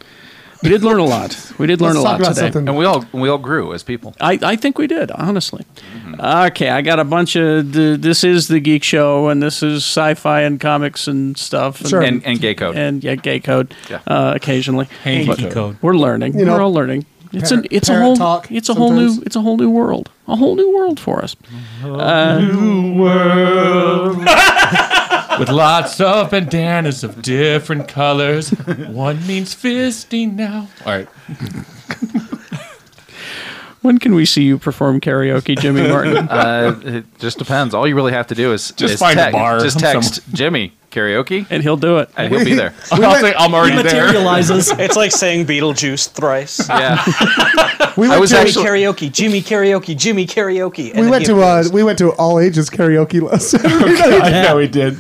S18: We did learn a lot. We did learn
S9: Let's
S18: a
S9: talk
S18: lot
S9: about
S18: today.
S9: something. And
S18: we all we all grew as people. I, I think we did, honestly.
S9: Mm-hmm.
S18: Okay, I got a bunch of th- this is the geek show and this is sci-fi and comics and stuff
S9: Sure. And- and gay code.
S18: And yeah, gay code
S9: Yeah.
S18: uh, occasionally.
S9: Hanky
S18: But
S9: code.
S18: We're learning.
S9: You know,
S18: we're all learning. It's
S9: parent-
S18: an it's a
S9: parent
S18: whole
S9: talk
S18: it's a whole new
S9: sometimes.
S18: it's a whole new world. A whole new world for us. Uh,
S9: uh,
S6: With lots of bandanas of different colors. One means fisting now. All right.
S18: [LAUGHS] when can we see you perform karaoke, Jimmy Martin?
S9: [LAUGHS] Uh, it just depends. All you really have to do is
S18: Just
S9: is
S18: find a
S9: text-
S18: bar
S9: Just
S18: somewhere.
S9: text Jimmy karaoke,
S18: and he'll do it.
S9: And he'll be
S12: [LAUGHS]
S9: [LAUGHS] there.
S12: there. [LAUGHS] it's like saying Beetlejuice thrice.
S9: Yeah.
S12: we
S9: I
S12: went
S9: was
S12: Jimmy
S9: actually-
S12: karaoke, Jimmy karaoke, Jimmy karaoke. and
S5: we
S12: then
S5: went
S12: he
S5: to uh, we went to all ages karaoke lesson. [LAUGHS]
S9: yeah, we
S5: did.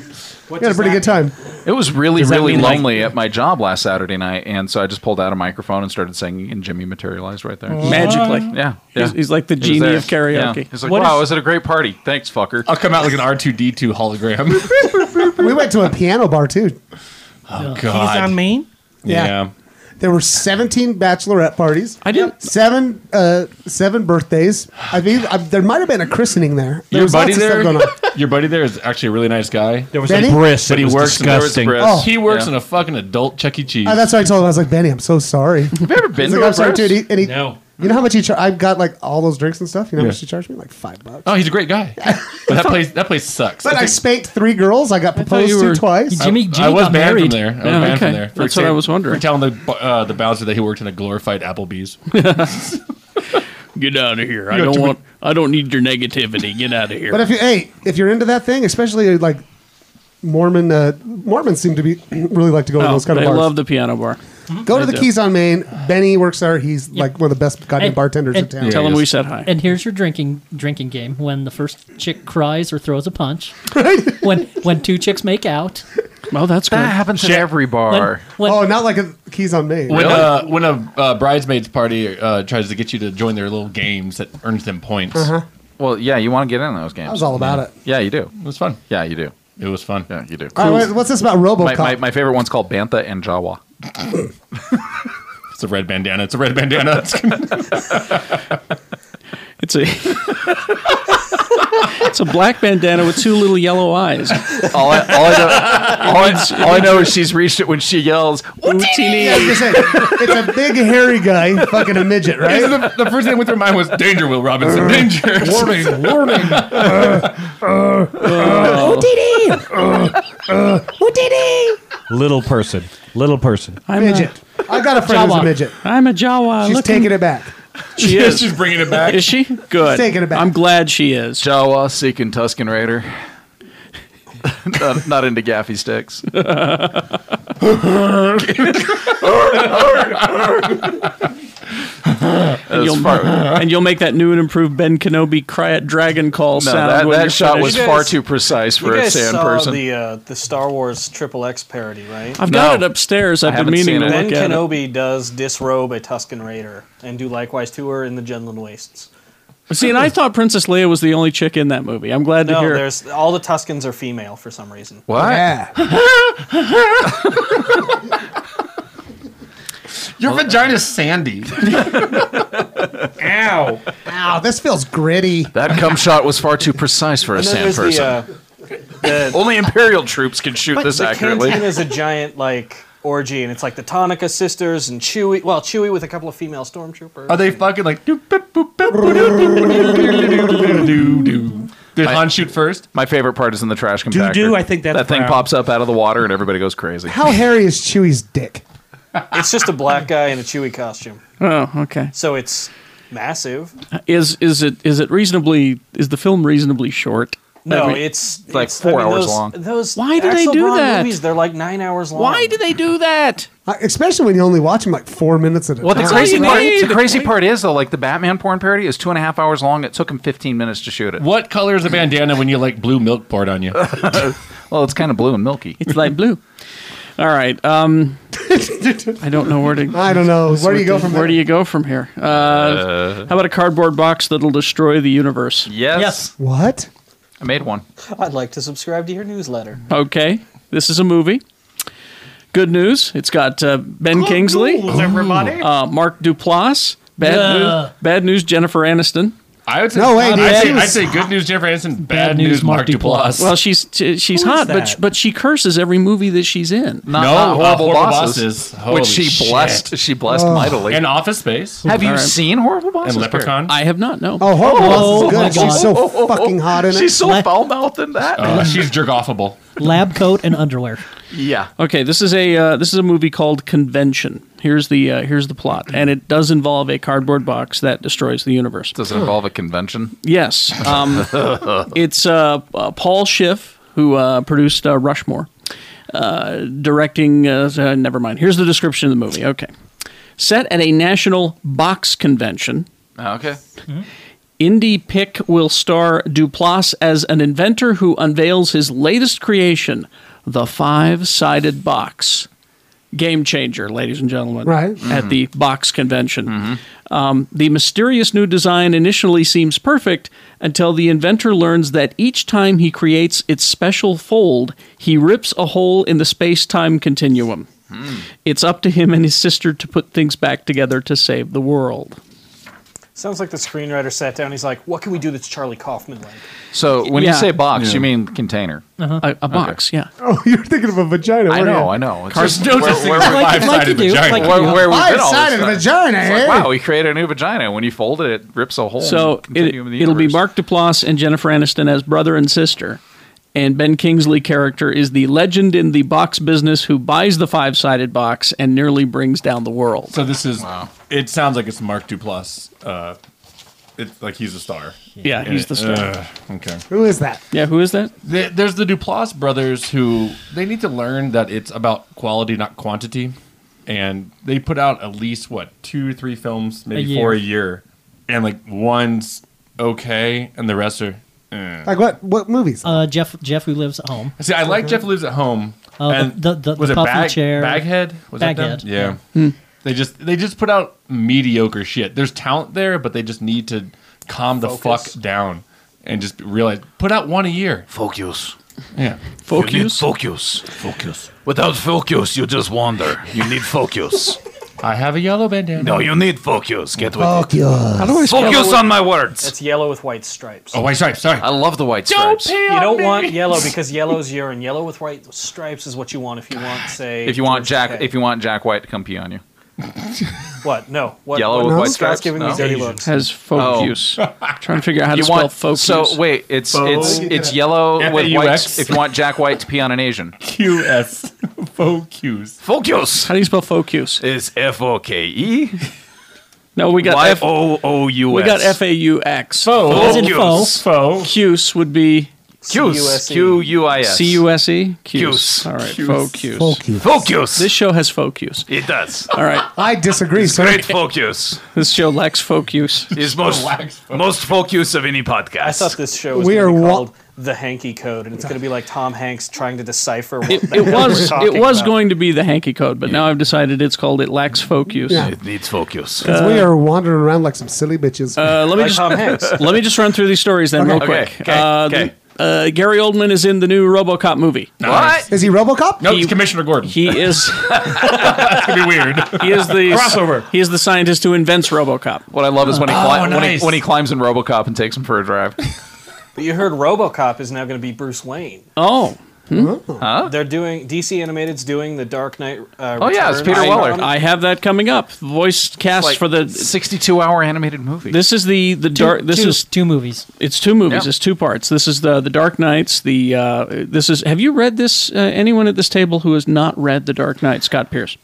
S5: We had a pretty good time.
S9: It was really,
S5: Does that
S9: really
S5: mean, like-
S9: lonely at my job last Saturday night, and so I just pulled out a microphone and started singing, and Jimmy materialized right there
S18: Magically.
S9: Yeah, yeah.
S18: He's, he's like the
S9: He was
S18: genie
S9: there.
S18: of karaoke.
S9: Yeah. He's like, wow, I was at a great party. Thanks, fucker.
S6: I'll come out like an R two D
S5: [LAUGHS]
S6: two hologram.
S5: we went to a piano bar too.
S6: Oh
S5: God.
S6: God.
S5: on
S10: Maine.
S5: Yeah. There were 17 bachelorette parties. I
S18: didn't
S5: seven uh, seven birthdays. I mean, I, there might have been a christening there. there
S6: Your
S5: was
S6: buddy
S5: lots of stuff
S6: there,
S5: going on.
S6: your buddy there is actually a really nice guy. There
S5: was Benny? a bris
S6: but
S5: that
S6: he
S5: was
S6: works.
S5: disgusting.
S6: In,
S5: Oh.
S6: He works
S5: Yeah.
S6: in a fucking adult Chuck E. Cheese.
S5: Uh, that's what I told him. I was like, Benny, I'm so sorry. Have
S9: you ever
S6: been to a
S5: I'm sorry,
S6: bris?
S5: dude. He, and he,
S6: No.
S5: You know how much he charged? I got like all those drinks and stuff. You know how much he charged me? Like five bucks.
S6: oh, he's a great
S5: [LAUGHS]
S6: guy. but that place, that place sucks.
S5: But I,
S6: think-
S5: spanked three girls. I got proposed
S6: you
S5: to
S6: were-
S5: twice.
S6: I, I was banned from there. I was
S18: Yeah,
S6: banned
S18: Oh, okay.
S6: from there.
S18: That's what I was wondering.
S6: For telling the bu- uh, the bouncer that he worked in a glorified Applebee's.
S18: [LAUGHS] Get out of here. I
S5: You got
S18: don't
S5: too
S18: want I don't need your negativity. Get out of here.
S5: But if you, hey, if you're into that thing, especially uh, like Mormon, uh, Mormons seem to be [CLEARS THROAT] really like to go to
S18: Oh,
S5: those kind of
S18: they
S5: bars.
S18: love the piano bar.
S5: Go to
S18: They
S5: the
S18: do.
S5: Keys on Main. Benny works there. He's like one of the best goddamn
S4: And-
S5: bartenders in
S4: and-
S5: town.
S18: Tell him we said hi.
S4: And here's your drinking drinking game. When the first chick cries or throws
S19: [LAUGHS]
S4: a punch. when when two chicks make out.
S18: Well, that's
S6: That good. happens at every bar.
S5: oh, not like a Keys on Main.
S6: When, uh, when a uh, bridesmaid's party uh, tries to get you to join their little games that earns them points.
S5: Uh-huh.
S9: Well, yeah, you want to
S6: [LAUGHS]
S9: get in those games.
S5: I was all about it.
S9: Yeah, you do.
S6: It was fun.
S9: Yeah, you do.
S6: It was fun.
S9: Yeah, you do.
S5: All right, what's this about RoboCop?
S9: My, my, my favorite one's called Bantha and Jawa.
S6: it's a red bandana. It's a
S9: [LAUGHS]
S6: red bandana.
S18: It's
S2: [LAUGHS]
S18: a It's a black bandana with two little yellow eyes.
S9: all, I, all, I know, all, I, all I know
S2: [LAUGHS]
S9: is she's reached it when she yells, Utini!
S5: Yeah, I was gonna say, it's a big hairy guy fucking a midget, right?
S6: the, the first thing that went through my mind was Danger, Will Robinson. Danger.
S5: Uh-huh. [LAUGHS] Warning,
S6: warning.
S9: Oh.
S10: Little person. Little person.
S18: I'm
S5: midget. I got a friend who's
S18: Jawa.
S5: a midget.
S18: I'm a Jawa.
S5: She's
S18: Look-
S5: taking it back.
S18: She is.
S6: She's bringing it
S18: Is she? Good.
S5: She's taking it back.
S18: I'm glad she is.
S9: Jawa seeking Tuscan Raider. [LAUGHS] not, not into gaffy
S6: [LAUGHS]
S9: sticks.
S2: [LAUGHS]
S9: [LAUGHS]
S2: and, you'll,
S9: far-
S2: [LAUGHS] and you'll make that new and improved Ben Kenobi cry at dragon call
S9: No,
S2: sound.
S9: that-
S2: when
S9: that
S2: you're
S9: shot
S2: finished.
S9: was You guys- far too precise
S12: You guys saw the uh, the Star Wars Triple X parody, right?
S2: I've got No. it upstairs. I've I been haven't meaning seen to it.
S12: Ben
S2: look at it.
S12: Kenobi does disrobe a Tusken Raider and do likewise to her in the Jundland Wastes.
S2: See,
S9: [LAUGHS]
S2: and I thought Princess Leia was the only chick in that movie. I'm glad to
S12: No,
S2: hear.
S12: there's all the Tuskens are female for some reason.
S2: What?
S6: [LAUGHS] Your vagina's sandy.
S9: Ow.
S19: Wow, this feels gritty.
S9: That cum shot was far too precise for a
S12: And then
S9: sand
S12: there's the,
S9: person.
S12: uh,
S9: [LAUGHS] Only Imperial troops can shoot this
S12: the
S9: accurately.
S12: canteen is
S9: [LAUGHS]
S12: a giant like orgy, and it's like the Tonica sisters and Chewie. Well, Chewie with a couple of female stormtroopers.
S6: Are they fucking like? [LAUGHS] doop, boop, boop, boop, boop, doo, doo, doo, doo. Did Han shoot first?
S9: My favorite part is in the trash compactor.
S6: Doo-doo, I think that's
S9: that thing
S6: brown.
S9: pops up out of the water and everybody goes crazy.
S19: How hairy is Chewie's dick?
S12: It's just a black guy in a Chewie costume.
S2: Oh, okay.
S12: So it's massive.
S2: Is is it is it reasonably is the film reasonably short?
S12: No,
S2: I mean-
S12: it's it's- I mean, those, Those
S2: Why do they
S12: Axl
S2: do
S12: Braun
S2: that?
S12: Movies, they're like nine hours long.
S2: Why do they do that?
S19: Uh, Especially when you only watch him like four minutes at a
S9: Well, the
S19: time.
S9: crazy part, the crazy part is though, like the Batman porn parody is two and a half hours long. It took him fifteen minutes to shoot it.
S6: What color is the bandana when you like blue milk poured on
S9: [LAUGHS]
S6: you?
S9: well, it's kind of blue and milky.
S2: It's light
S9: [LAUGHS]
S2: blue. All right. Um, I don't know where to.
S19: [LAUGHS] I don't know. Where do you go from
S2: Where
S19: there?
S2: do you go from here? Uh, how about a cardboard box that'll destroy the universe?
S9: Yes.
S19: What?
S9: I made one.
S12: I'd like to subscribe to your newsletter.
S2: Okay. This is a movie. Good news. It's got uh, Ben Kingsley,
S12: news, everybody.
S2: Uh, Mark Duplass. Bad
S6: Yeah.
S2: news. Bad news. Jennifer Aniston.
S6: I would say
S2: No, wait,
S6: I'd,
S2: yeah,
S6: say,
S2: he was-
S6: I'd say good news Jennifer Aniston, bad, news, Mark Duplass.
S2: Well, she's she- she's
S6: Who is
S2: hot, but
S6: that?
S2: sh- but she curses every movie that she's in.
S9: Not- No, not Horrible Horrible Bosses, Bosses. which Holy she shit. blessed- she blessed Oh. mightily.
S6: And Office Space.
S9: Have you
S6: All right.
S9: seen Horrible Bosses?
S6: And Leprechaun?
S2: I have not. No.
S19: Oh, Horrible
S6: Oh,
S19: Bosses is
S6: my
S19: good. She's so fucking hot in it.
S9: She's so foul mouthed in
S2: [LAUGHS]
S9: that.
S6: Uh, she's jerkoffable.
S4: Lab coat and underwear.
S9: Yeah.
S2: Okay, this is a uh, this is a movie called Convention. Here's the uh, here's the plot, and it does involve a cardboard box that destroys the universe.
S9: Does it involve a convention?
S2: Yes,
S9: [LAUGHS]
S2: um, it's uh, uh, Paul Schiff who uh, produced uh, Rushmore, uh, directing. Uh, uh, never mind. Here's the description of the movie. Okay, set at a national box convention.
S9: Okay.
S2: Indie Pick will star Duplass as an inventor who unveils his latest creation, the five sided box. Game changer, ladies and gentlemen.
S19: Right.
S2: At the box convention. Um, the mysterious new design initially seems perfect until the inventor learns that each time he creates its special fold, he rips a hole in the space time continuum.
S20: Hmm.
S2: It's up to him and his sister to put things back together to save the world.
S12: Sounds like the screenwriter sat down. He's like, "What can we do that's Charlie Kaufman like?"
S9: So when you
S12: Yeah.
S9: say box,
S12: Yeah.
S9: you mean container.
S2: Uh-huh. A, a box,
S5: [LAUGHS]
S2: yeah.
S19: Oh, you're thinking of a vagina.
S9: I
S19: weren't
S9: know,
S19: you?
S9: I know. It's
S19: Carson,
S9: just
S19: don't
S9: where-
S19: just
S9: where-
S19: think of
S9: where-
S19: like- like you do, like you
S9: Where,
S19: do.
S9: where we've been all
S19: Five-sided
S9: this time.
S19: vagina,
S9: It's
S19: eh?
S9: like, wow, we created a new vagina. When you fold it, it rips a hole. in
S2: So
S9: the
S2: it,
S9: continuum of the
S2: it'll be
S9: universe.
S2: Mark Duplass and Jennifer Aniston as brother and sister. And Ben Kingsley character is the legend in the box business who buys the five sided box and nearly brings down the world.
S6: So this is. It sounds like it's Mark Duplass. Uh, it's like he's a star.
S2: Yeah, he's the star.
S6: Ugh, okay.
S19: Who is that?
S2: Yeah, who is that?
S6: There- There's the Duplass brothers who they need to learn that it's about quality, not quantity. And they put out at least what two, three films, maybe
S19: year.
S6: four a year, and like one's okay, and the rest are. eh.
S19: Like what? What movies?
S4: Uh, Jeff Jeff who lives at home.
S6: See, I like Jeff Lives at Home.
S4: Oh,
S6: and
S4: the- the- the
S6: was it
S4: puffy
S6: bag,
S4: chair.
S6: Baghead? Was that them?
S4: Baghead,
S6: Yeah.
S4: yeah. Hmm.
S6: They just they just put out mediocre shit. There's talent there, but they just need to calm
S9: Focus.
S6: the fuck down and just realize put out one a year.
S20: Focus.
S6: Yeah.
S20: You need focus. Focus. Without focus, you just wander. You need focus.
S6: I have a yellow bandana.
S20: No, you need focus. Get with it.
S6: How do I spell
S20: Focus
S6: the
S20: on my words.
S12: It's yellow with white stripes.
S6: Oh, white stripes. Sorry. I
S9: love the white
S12: Don't
S9: stripes.
S12: you don't want
S2: [LAUGHS]
S12: yellow because yellow's urine. Yellow with white stripes is what you want if you want, say,
S9: If you want
S12: George
S9: Jack,
S12: Takei.
S9: if you want Jack White to come pee on you,
S12: what? Oh, No, what?
S9: yellow
S12: what-
S9: with white
S12: Scott's
S9: stripes.
S12: giving me
S9: no?
S12: dirty looks.
S2: Has
S9: [LAUGHS]
S2: focus. I'm trying to figure out how to
S9: Oh. You
S2: spell
S9: want-
S2: focus.
S9: So wait, it's it's it's yellow with
S2: F-A-U-X.
S9: white. If you want Jack White to pee on
S2: [LAUGHS]
S9: an Asian,
S6: Q S focus.
S20: Focus.
S2: How do you spell focus?
S20: It's F O K E.
S2: No, we got
S20: Y
S2: F-
S20: O O U S.
S2: We got F A U X.
S6: Faux.
S20: As in Focus.
S2: Cuse would be
S9: Cuse. Q U I S.
S2: C U S E? Cuse.
S9: Cuse.
S2: All right.
S9: Cuse.
S2: Focus.
S9: Focus. Focus.
S2: This show has focus.
S20: It does.
S2: [LAUGHS] All right. uh,
S19: I disagree.
S20: It's great focus.
S2: This show lacks focus.
S20: Is
S12: [LAUGHS]
S20: most most focus of any podcast.
S12: I thought this show was
S20: We
S12: we
S20: are
S12: are
S20: wa-
S12: called the Hanky Code, and it's going to be like Tom Hanks trying to decipher. What
S2: It,
S12: the
S2: it
S12: hell we're
S2: was
S12: talking
S2: it was
S12: about.
S2: going to be the hanky code, but now I've decided it's called it lacks focus.
S19: Yeah.
S20: It needs focus.
S19: 'Cause we are wandering around like some silly bitches.
S2: Uh, let me just [LAUGHS] let me just run through these stories then
S19: Okay.
S2: real
S19: Okay,
S2: quick. Uh, the- uh, Gary Oldman is in the new RoboCop movie.
S19: What? Is he RoboCop?
S2: No, he's Commissioner Gordon. He is. That's gonna be weird. He is the
S9: Crossover.
S2: He is the scientist who invents RoboCop.
S9: [LAUGHS] What I love is when he,
S2: Oh,
S9: cli- when,
S2: nice.
S9: he when he climbs in RoboCop and takes him for a drive.
S12: But you heard RoboCop is now going to be Bruce Wayne.
S2: Oh.
S12: They're doing DC Animated's doing the Dark Knight. Uh,
S9: Oh, yeah, it's
S12: Returns
S9: Peter
S12: on
S9: Weller.
S12: it.
S2: I have that coming up. Voice cast
S9: like
S2: for the
S9: 62 hour animated movie.
S2: This is the the
S9: Two-
S2: dark. This
S9: two-
S2: is two movies. It's two movies.
S9: Yeah.
S2: It's two parts. This is the the Dark Knights. The uh, this is. Have you read this? Uh, anyone at this table who has not read the Dark Knight? Scott Pierce.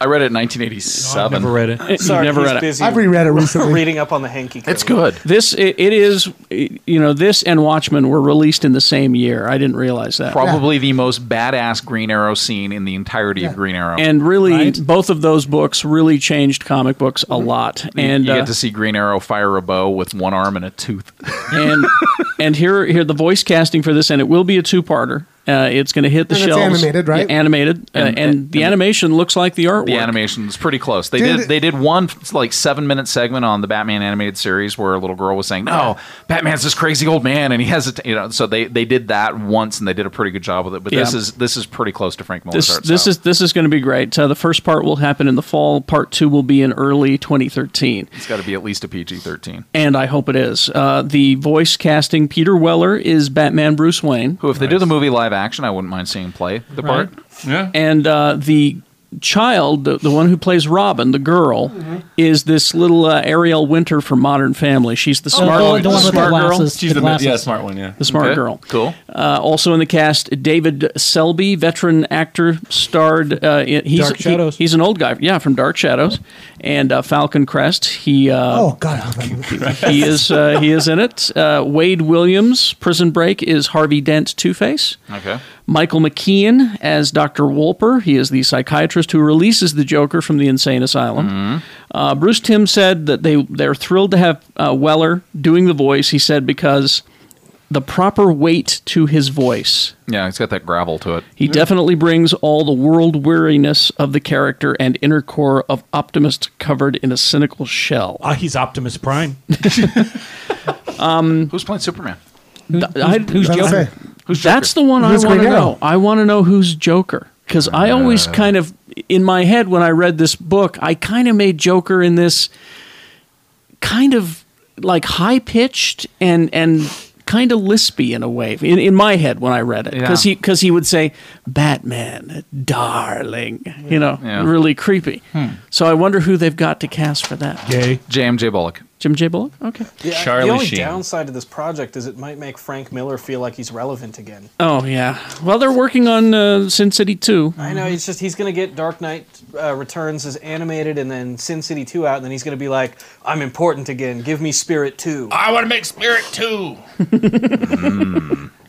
S9: I read it in 1987.
S2: never read it. You've
S12: Sorry,
S2: Eh, never
S12: he's
S2: read it.
S12: busy
S2: I've
S12: [LAUGHS]
S2: reread it recently.
S12: reading up on the Hanky. Code.
S2: This i it is. i- You know, this and Watchmen were released in the same year. I didn't realize that.
S9: Probably the most badass Green Arrow scene in the entirety of Green Arrow.
S2: And really, both of those books really changed comic books a lot. And
S9: you
S2: uh,
S9: get to see Green Arrow fire a bow with one arm and a tooth.
S2: [LAUGHS] and and here here the voice casting for this, and it will be a two parter. Uh, it's going to hit the
S9: And it's
S2: shelves.
S9: animated, right?
S2: Yeah, animated, uh, and,
S9: And-
S2: the animation looks like the artwork.
S9: The animation's pretty close. They
S2: Did-
S9: did, they did one like seven minute segment on the Batman animated series where a little girl was saying, "No, Batman's this crazy old man," and he has a you know. So they they did that once and they did a pretty good job with it. But this
S2: Yeah.
S9: is this is pretty close to Frank Miller's
S2: This
S9: art
S2: this
S9: style.
S2: is this is going to be great. Uh, the first part will happen in the fall. Part two will be in early 2013.
S9: it's got to be at least a PG thirteen.
S2: And I hope it is. Uh, the voice casting Peter Weller is Batman Bruce Wayne.
S9: Who, if they do the movie live action, I wouldn't mind seeing play the
S2: Right.
S9: part. Yeah.
S2: And uh, the child, the, the one who plays Robin, the girl,
S10: Mm-hmm.
S2: is this little uh, Ariel Winter from Modern Family. She's the
S10: Oh,
S2: smart,
S10: the- the one with the
S2: smart girl.
S10: glasses, She's the the, yeah, glasses. smart one, yeah.
S2: the smart
S10: Okay,
S2: girl.
S9: Cool.
S2: Uh, also in the cast, David Selby, veteran actor, starred. Uh, in, he's,
S10: Dark Shadows.
S2: he- he's an old guy, yeah, from Dark Shadows, and uh, Falcon Crest. He uh,
S19: oh God!
S2: [LAUGHS] he is uh, he is in it. Uh, Wade Williams, Prison Break, is Harvey Dent, Two Face.
S9: Okay.
S2: Michael McKean as Dr. Wolper. He is the psychiatrist who releases the Joker from the insane asylum. Uh, Bruce Tim said that they they're thrilled to have uh, Weller doing the voice. He said because the proper weight to his voice.
S9: Yeah, it's got that gravel to it.
S2: He definitely brings all the world weariness of the character and inner core of optimist covered in a cynical shell.
S10: Ah, he's Optimus Prime.
S2: [LAUGHS] Um,
S9: Who's playing Superman?
S10: who's Joker?
S2: Who's That's the one
S10: Who's
S2: I want to
S10: Green Arrow?
S2: know. I want to know who's Joker because I always
S9: Uh.
S2: kind of in my head when I read this book, I kind of made Joker in this kind of like high pitched and and kind of lispy in a way in, in my head when I read it because
S10: Yeah.
S2: he because he would say Batman, darling, you know,
S9: Yeah.
S2: really creepy.
S9: Hmm.
S2: So I wonder who they've got to cast for that.
S10: Yay.
S9: JMJ Bullock.
S2: Jim J. Bullock. Okay.
S12: Yeah, the only downside to this project is it might make Frank Miller feel like he's relevant again.
S2: Oh yeah. Well, they're working on uh, Sin City 2.
S12: I know it's just he's going to get Dark Knight uh, Returns as animated, and then Sin City Two out, and then he's going to be like, "I'm important again. Give me Spirit 2.
S3: I want to make Spirit 2.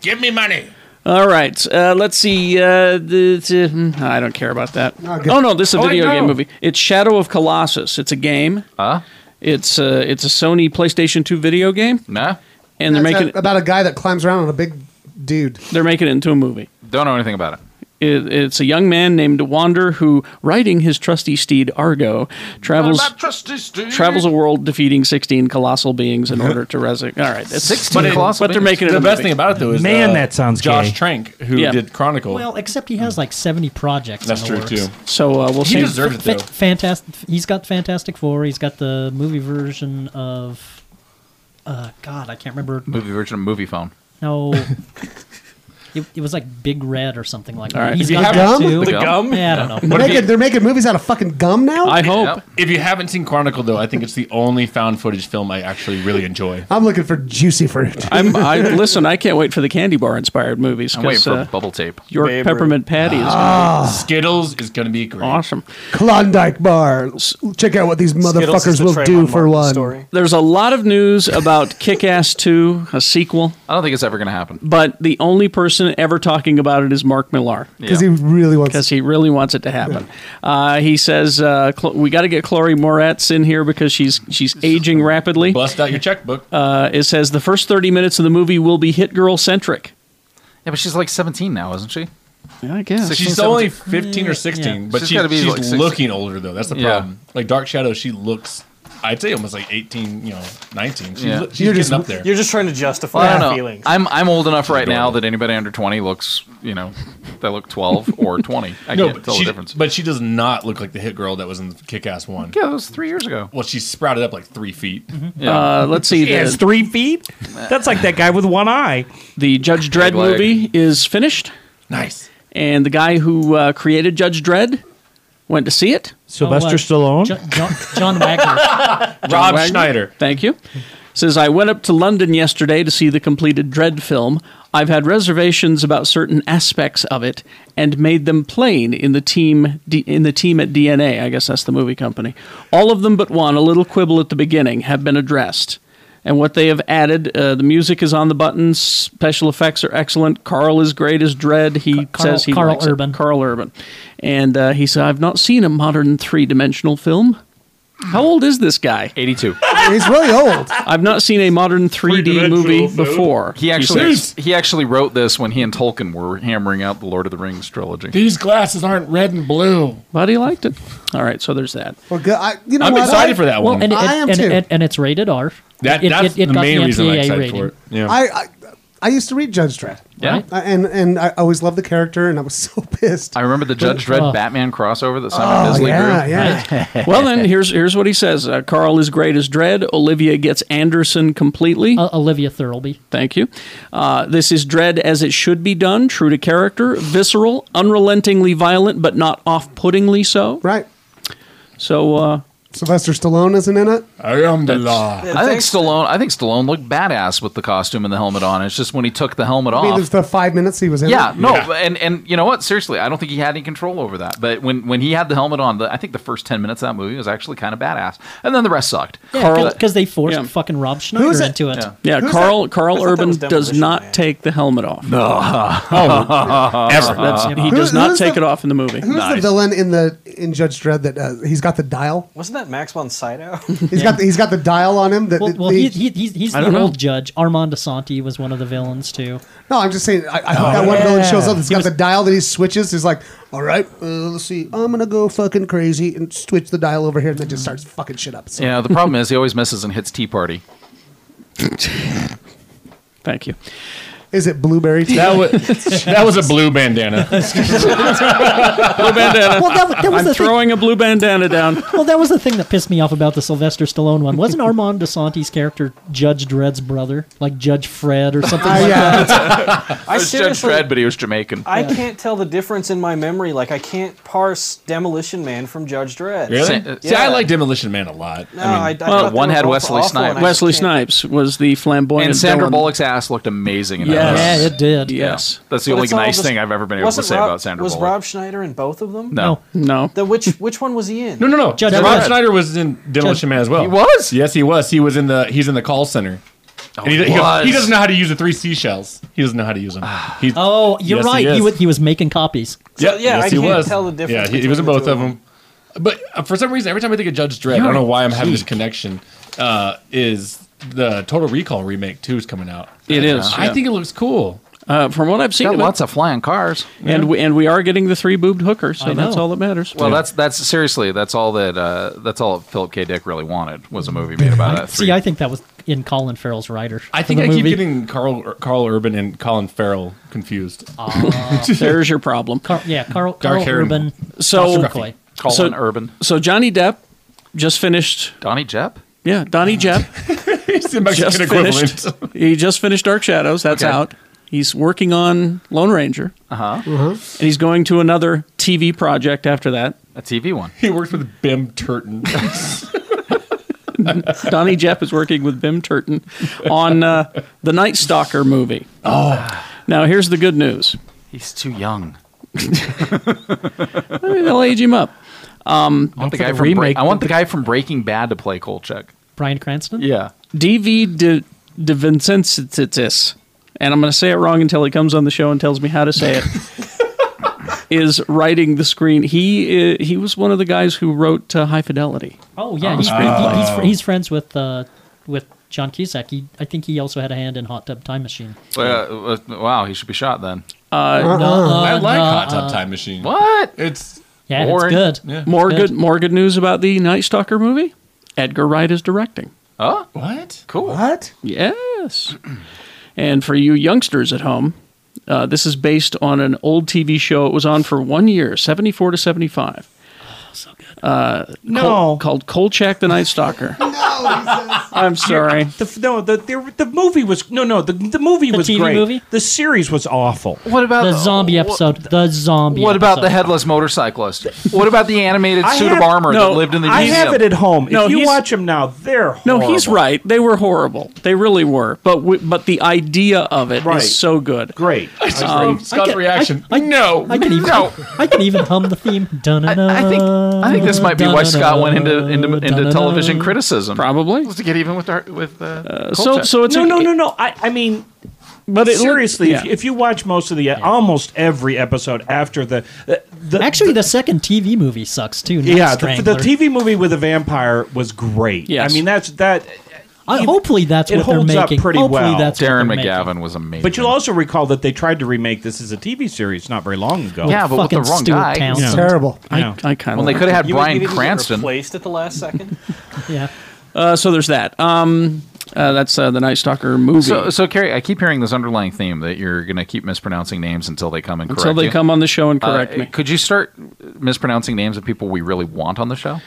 S3: Give me money.
S2: All right. Uh, let's see. Uh, the, the- hmm, I don't care about that.
S3: Okay.
S2: Oh no, this is a
S3: Oh, I
S2: video
S3: know.
S2: game movie. It's Shadow of Colossus. It's a game.
S9: Huh?
S2: It's a it's a Sony PlayStation 2 video game.
S9: Nah.
S2: And they're
S19: That's
S2: making
S19: a- about a guy that climbs around on a big dude.
S2: they're making it into a movie.
S9: Don't know anything about it.
S2: It, it's a young man named Wander who, riding his trusty steed Argo, travels
S3: Not trusty Steve.
S2: travels a world defeating 16 colossal beings in order to resurrect. All right, that's
S6: 16
S2: but, it-
S6: colossal
S2: but they're
S6: beings.
S2: making it.
S6: The
S2: a
S6: best
S2: movie.
S6: thing about it, though, is,
S10: Man, uh, that sounds
S6: Josh
S10: gay.
S6: Trank, who
S2: Yeah.
S6: did Chronicle.
S4: Well, except he has like 70 projects.
S6: That's
S4: in the
S6: true,
S4: works.
S6: too.
S2: So uh, we'll
S6: He
S2: see.
S6: deserved it, though.
S4: Fantastic. He's got Fantastic Four. He's got the movie version of. Uh, God, I can't remember.
S6: [LAUGHS]
S9: Movie version of movie phone.
S4: No. It, it was like Big Red or something like
S19: All
S4: that.
S19: right.
S4: He's
S19: If you have
S4: got that
S19: gum?
S4: too.
S19: The gum?
S4: Yeah, I don't know.
S19: They're making, they're making movies out of fucking gum now?
S6: If you haven't seen Chronicle, though, I think it's the only found footage film I actually really enjoy.
S19: I'm looking for juicy fruit. [LAUGHS]
S2: I'm, I listen. I can't wait for the candy bar inspired movies.
S6: I'm waiting
S2: 'cause,
S6: for
S2: uh,
S6: Bubble Tape.
S2: York
S6: Babe
S2: peppermint
S6: Ruth.
S2: patty is
S19: Ah.
S6: Skittles is going to be great.
S2: Awesome.
S19: Klondike bar. Check out what these motherfuckers will do for one.
S2: There's a lot of news about Kick
S6: [LAUGHS]
S2: Ass 2, a sequel,
S9: I don't think it's ever going to happen.
S2: but the only person ever talking about it is Mark Millar.
S19: Because he really wants
S2: Because he really wants it to happen. Uh, he says uh, Cl- we got to get Chloe Moretz in here because she's she's aging rapidly.
S6: Bust out your checkbook.
S2: Uh, it says the first 30 minutes of the movie will be hit girl centric.
S9: Yeah, but she's like 17 now, isn't she?
S2: Yeah, I guess.
S6: she's only 15 or 16, but she's,
S9: gotta be,
S6: she's
S9: like, 16.
S6: looking older, though. That's the
S9: Yeah.
S6: problem. Like Dark Shadow, she looks, I'd say almost like 18, you know, 19. She's,
S9: Yeah.
S6: lo- she's
S9: You're
S6: getting
S9: just-
S6: up there.
S12: You're just trying to justify
S9: I
S12: your
S9: don't know.
S12: feelings.
S9: I'm I'm old enough right now that anybody under 20 looks, you know, they
S19: [LAUGHS]
S9: look 12 or 20. I
S6: no,
S9: can't
S6: but
S9: tell
S6: she,
S9: the difference.
S6: But she does not look like the hit girl that was in Kick Ass 1.
S9: Yeah, that was three years ago.
S6: Well, she sprouted up like three feet.
S2: Uh, let's see.
S10: He has [LAUGHS] three feet. That's like that guy with one eye.
S2: The Judge
S10: leg.
S2: Dredd movie is finished.
S6: Nice.
S2: And the guy who uh, created Judge Dredd went to see it.
S10: Sylvester Stallone.
S4: John, John Wagner.
S2: John
S6: Rob
S2: Wagner.
S6: Schneider.
S2: Thank you. Says, I went up to London yesterday to see the completed Dread film. I've had reservations about certain aspects of it and made them plain in the team D- in the team at DNA. I guess that's the movie company. All of them but one, a little quibble at the beginning, have been addressed. And what they have added, uh, the music is on the buttons. Special effects are excellent. Carl is great as Dread. He
S4: Carl-
S2: says he
S4: Carl
S2: likes it.
S4: Urban.
S2: Carl Urban, and uh, he said, "I've not seen a modern three-dimensional film." How old is this guy?
S9: 82.
S19: He's really old.
S2: I've not seen a modern 3D movie before.
S9: He actually
S2: says.
S9: he actually wrote this when he and Tolkien were hammering out the Lord of the Rings trilogy.
S6: These glasses aren't red and blue.
S2: But he liked it. All right, so there's that.
S19: Well, good. I, you know
S6: I'm
S19: what?
S6: excited
S19: I-
S6: for that
S4: Well,
S6: one.
S4: and, it,
S19: I am
S4: and,
S19: too.
S4: and- and it's rated R.
S6: That- that's the
S4: got
S6: main reason I'm
S4: MPAA
S6: excited for it. Yeah.
S19: I, I I used to read Judge Dredd.
S9: Yeah.
S19: Uh, and and I always loved the character, and I was [LAUGHS] so pissed.
S9: I remember the Judge
S19: But-
S9: Dredd Batman crossover that Simon
S19: Oh,
S9: Bisley
S19: yeah,
S9: drew.
S19: yeah. [LAUGHS]
S2: [LAUGHS] well, then here's here's what he says. Uh, Carl is great as Dread. Olivia gets Anderson completely.
S4: Olivia Thirlby.
S2: Thank you. Uh, this is Dread as it should be done, true to character, visceral, unrelentingly violent, but not off-puttingly so.
S19: Right.
S2: So uh,
S19: Sylvester Stallone isn't in it.
S6: I am the law.
S9: I think Stallone. I think Stallone looked badass with the costume and the helmet on. It's just when he took the helmet
S19: I mean,
S9: off.
S19: there's the five minutes he was in.
S9: Yeah,
S19: it.
S9: no, and and you know what? Seriously, I don't think he had any control over that. But when when he had the helmet on, the, I think the first ten minutes of that movie was actually kind of badass, and then the rest sucked.
S4: Yeah, because they forced fucking Rob Schneider into it.
S9: Yeah.
S2: yeah, Carl Carl Urban does not take the helmet off.
S9: No.
S2: oh, [LAUGHS] ever. That's, he
S19: Who-
S2: does not
S19: who's
S2: take
S19: the-
S2: it off in the movie.
S19: Who's the villain in the in Judge Dredd that uh, he's got the dial?
S12: Wasn't that Max von
S9: [LAUGHS]
S12: Sydow?
S19: He's got the, he's got the dial on him. That
S4: Well,
S19: that
S4: well
S19: they-
S4: he, he, he's, he's
S19: I
S4: the
S19: don't know.
S4: old judge. Armand Asante was one of the villains too.
S19: No, I'm just saying. I, I hope
S4: Oh,
S19: that one
S4: yeah.
S19: villain shows up. He's
S4: He
S19: got
S4: was-
S19: the dial that he switches. He's like, all right, uh, let's see. I'm gonna go fucking crazy and switch the dial over here, and then just starts fucking shit up. So.
S9: Yeah, the problem is he always misses and hits Tea Party.
S2: Thank you.
S19: Is it blueberry? Tea?
S6: That
S19: [LAUGHS]
S6: was, that was a blue bandana.
S2: blue bandana.
S4: Well, that- that was
S2: I'm
S4: the thing.
S2: throwing a blue bandana down.
S4: [LAUGHS] Well, that was the thing that pissed me off about the Sylvester Stallone one. Wasn't Armand Asante's character Judge Dredd's brother, like Judge Fred or something
S19: Uh,
S4: like
S9: [LAUGHS]
S4: that?
S12: I
S19: [LAUGHS]
S9: I was Judge
S12: seriously-
S9: Dredd, but he was Jamaican.
S12: I can't tell the difference in my memory. Like I can't parse Demolition Man from Judge Dredd.
S6: Really?
S12: Yeah.
S6: uh, See, I like Demolition Man a lot.
S12: No, I- I thought they were both awful, and I
S2: Wesley
S12: can't-
S2: Snipes was the flamboyant.
S9: And Sandra
S2: villain.
S9: Bullock's ass looked amazing.
S2: Yes.
S9: In that.
S2: Yeah, it did. Yes.
S9: uh, that's the
S12: But
S9: only
S12: it's all
S9: nice
S12: just-
S9: thing I've ever been able to
S12: wasn't
S9: say
S12: Rob-
S9: about Sandra
S12: was
S9: Bullock.
S12: Rob Schneider in both of them?
S9: No.
S2: no.
S12: The which which one was he in?
S6: No, no, no.
S12: Judge
S6: Rob
S12: Dredd.
S6: Schneider was in Demolition Man as well.
S12: He
S6: was. Yes, he was. He was in the. He's in the call center.
S9: Oh,
S6: And he,
S2: he
S6: he goes-
S2: was.
S6: he doesn't know how to use the three seashells. He doesn't know how to use them. He's,
S4: oh, You're right. He, was, he was making copies.
S6: Yeah,
S4: yeah,
S6: yes,
S4: I
S6: he
S4: can't
S6: was.
S4: tell the difference
S6: Yeah, he, he was in
S4: between
S6: both
S4: the
S6: of them. But uh, for some reason, every time I think of Judge Dredd, I
S2: You're
S6: don't know
S2: a
S6: why I'm having this connection. Uh, is the Total Recall remake two is coming out?
S2: It is.
S6: I think it looks cool.
S2: Uh, from what I've seen,
S9: Got
S2: of it-
S9: lots of flying cars,
S2: and we, and we are getting the three boobed hooker, so
S9: I
S2: that's
S9: know.
S2: all that matters.
S9: Well, that's that's seriously that's all that uh, that's all Philip K. Dick really wanted was a movie made about
S4: [LAUGHS]
S9: that.
S4: See, I think that was in Colin Farrell's writer.
S6: I
S4: for
S6: think
S4: the
S6: I keep
S4: movie.
S6: getting Carl Carl Urban and Colin Farrell confused.
S4: Ah.
S6: [LAUGHS]
S2: there's your problem.
S4: Car- yeah, Carl,
S6: Dark
S4: Carl
S6: hair and-
S4: Urban.
S2: So,
S4: Russell McCoy.
S9: Colin
S2: so-
S9: Urban.
S2: So Johnny Depp just finished.
S9: Donnie Jepp. [LAUGHS]
S2: Yeah, Donnie Jepp.
S6: He's the Mexican equivalent.
S2: Finished, he just finished Dark Shadows. That's
S9: Okay.
S2: out. He's working on Lone Ranger.
S9: Uh-huh.
S2: And he's going to another TV project after that.
S9: A TV one.
S6: He works with Bim Turton.
S2: [LAUGHS] Donnie Jepp is working with Bim Turton on uh, the Night Stalker movie.
S9: Oh.
S2: Now, here's the good news.
S9: He's
S2: [LAUGHS]
S9: too young.
S2: Maybe they'll age him up. Um,
S9: I want, the guy, from Break- I want the guy from Breaking Bad to play Kolchak.
S4: Brian Cranston?
S9: Yeah.
S2: DV de, de Vincenzitis, and I'm going to say it wrong until he comes on the show and tells me how to
S4: [LAUGHS]
S2: say it. is writing the screen. He uh, he was one of the guys who wrote uh, High Fidelity.
S4: Oh yeah,
S9: Ah.
S4: he's,
S2: screenplay.
S4: he- he's, fr- he's friends with uh, with John Cusack. He, I think he also had a hand in Hot Tub Time Machine.
S9: Uh, uh, wow, he should be shot then.
S2: Uh,
S4: no, uh,
S6: I like
S4: no,
S6: Hot Tub
S4: uh,
S6: Time Machine.
S9: What?
S6: It's
S4: Yeah,
S6: boring.
S4: it's good.
S6: Yeah.
S2: More good. more good news about the Night Stalker movie. Edgar Wright is directing.
S9: Oh,
S6: what?
S9: Cool.
S2: What? Yes. [CLEARS THROAT] and for you youngsters at home, uh, this is based on an old TV show. It was on for one year, seventy four to seventy five. Uh,
S10: No.
S2: Kol- called Kolchak the Night Stalker. I'm sorry.
S10: [LAUGHS] The, f- no, the, the the movie was no, no. The, the movie was
S4: TV
S10: great.
S4: movie?
S10: The series was awful.
S9: What about
S4: the zombie episode? the zombie.
S9: What about the
S4: episode.
S9: headless motorcyclist? What about the animated
S10: I
S9: suit
S10: have-
S9: of armor
S10: no,
S9: that lived in the
S10: I
S9: museum?
S10: have it at home. If
S2: No,
S10: you
S2: he's-
S10: watch them now, they're
S2: No,
S10: horrible.
S2: he's right. They were horrible. They really were. But we, but the idea of it is
S10: Right.
S2: so good.
S10: Great.
S2: [LAUGHS] Um,
S6: Scott's reaction.
S4: I,
S6: no,
S4: I can even
S9: No.
S4: I can even hum the theme. I, think
S9: I think this might be why Scott went into into, into television criticism.
S2: Probably.
S9: to get even with our, with uh,
S2: so
S9: Kolchak.
S2: so it's
S10: no,
S2: a-
S10: no, no, no. I, I mean,
S2: But it-
S10: seriously, if,
S2: yeah.
S10: if you watch most of the almost every episode after the, the, the
S4: Actually, the second TV movie sucks too. Night
S10: yeah, the, the
S4: Strangler.
S10: TV movie with the vampire was great.
S4: Yes.
S10: I mean that's that.
S4: I- hopefully that's
S10: it
S4: what they're
S10: holds up
S4: making.
S10: pretty
S4: hopefully
S10: well.
S4: that's what
S9: Darren
S4: they're making.
S9: McGavin was amazing.
S10: But you'll also recall that they tried to remake this as a TV series not very long ago.
S9: Yeah, but with the Fucking wrong Stuart guy. Townsend.
S4: Terrible.
S2: I- I kinda
S9: Well, they
S2: like
S9: could
S2: it.
S9: have had
S2: You-
S9: Brian
S2: you didn't get
S9: Cranston.
S12: Placed at the last second. [LAUGHS]
S4: yeah.
S2: Uh, so there's that. Um, uh, that's uh, the Night Stalker movie.
S9: So, so Carrie, I keep hearing this underlying theme that you're going to keep mispronouncing names until they come and correct
S2: Until they
S9: you.
S2: come on the show and
S9: Uh,
S2: correct me,
S9: Could you start mispronouncing names of people we really want on the show?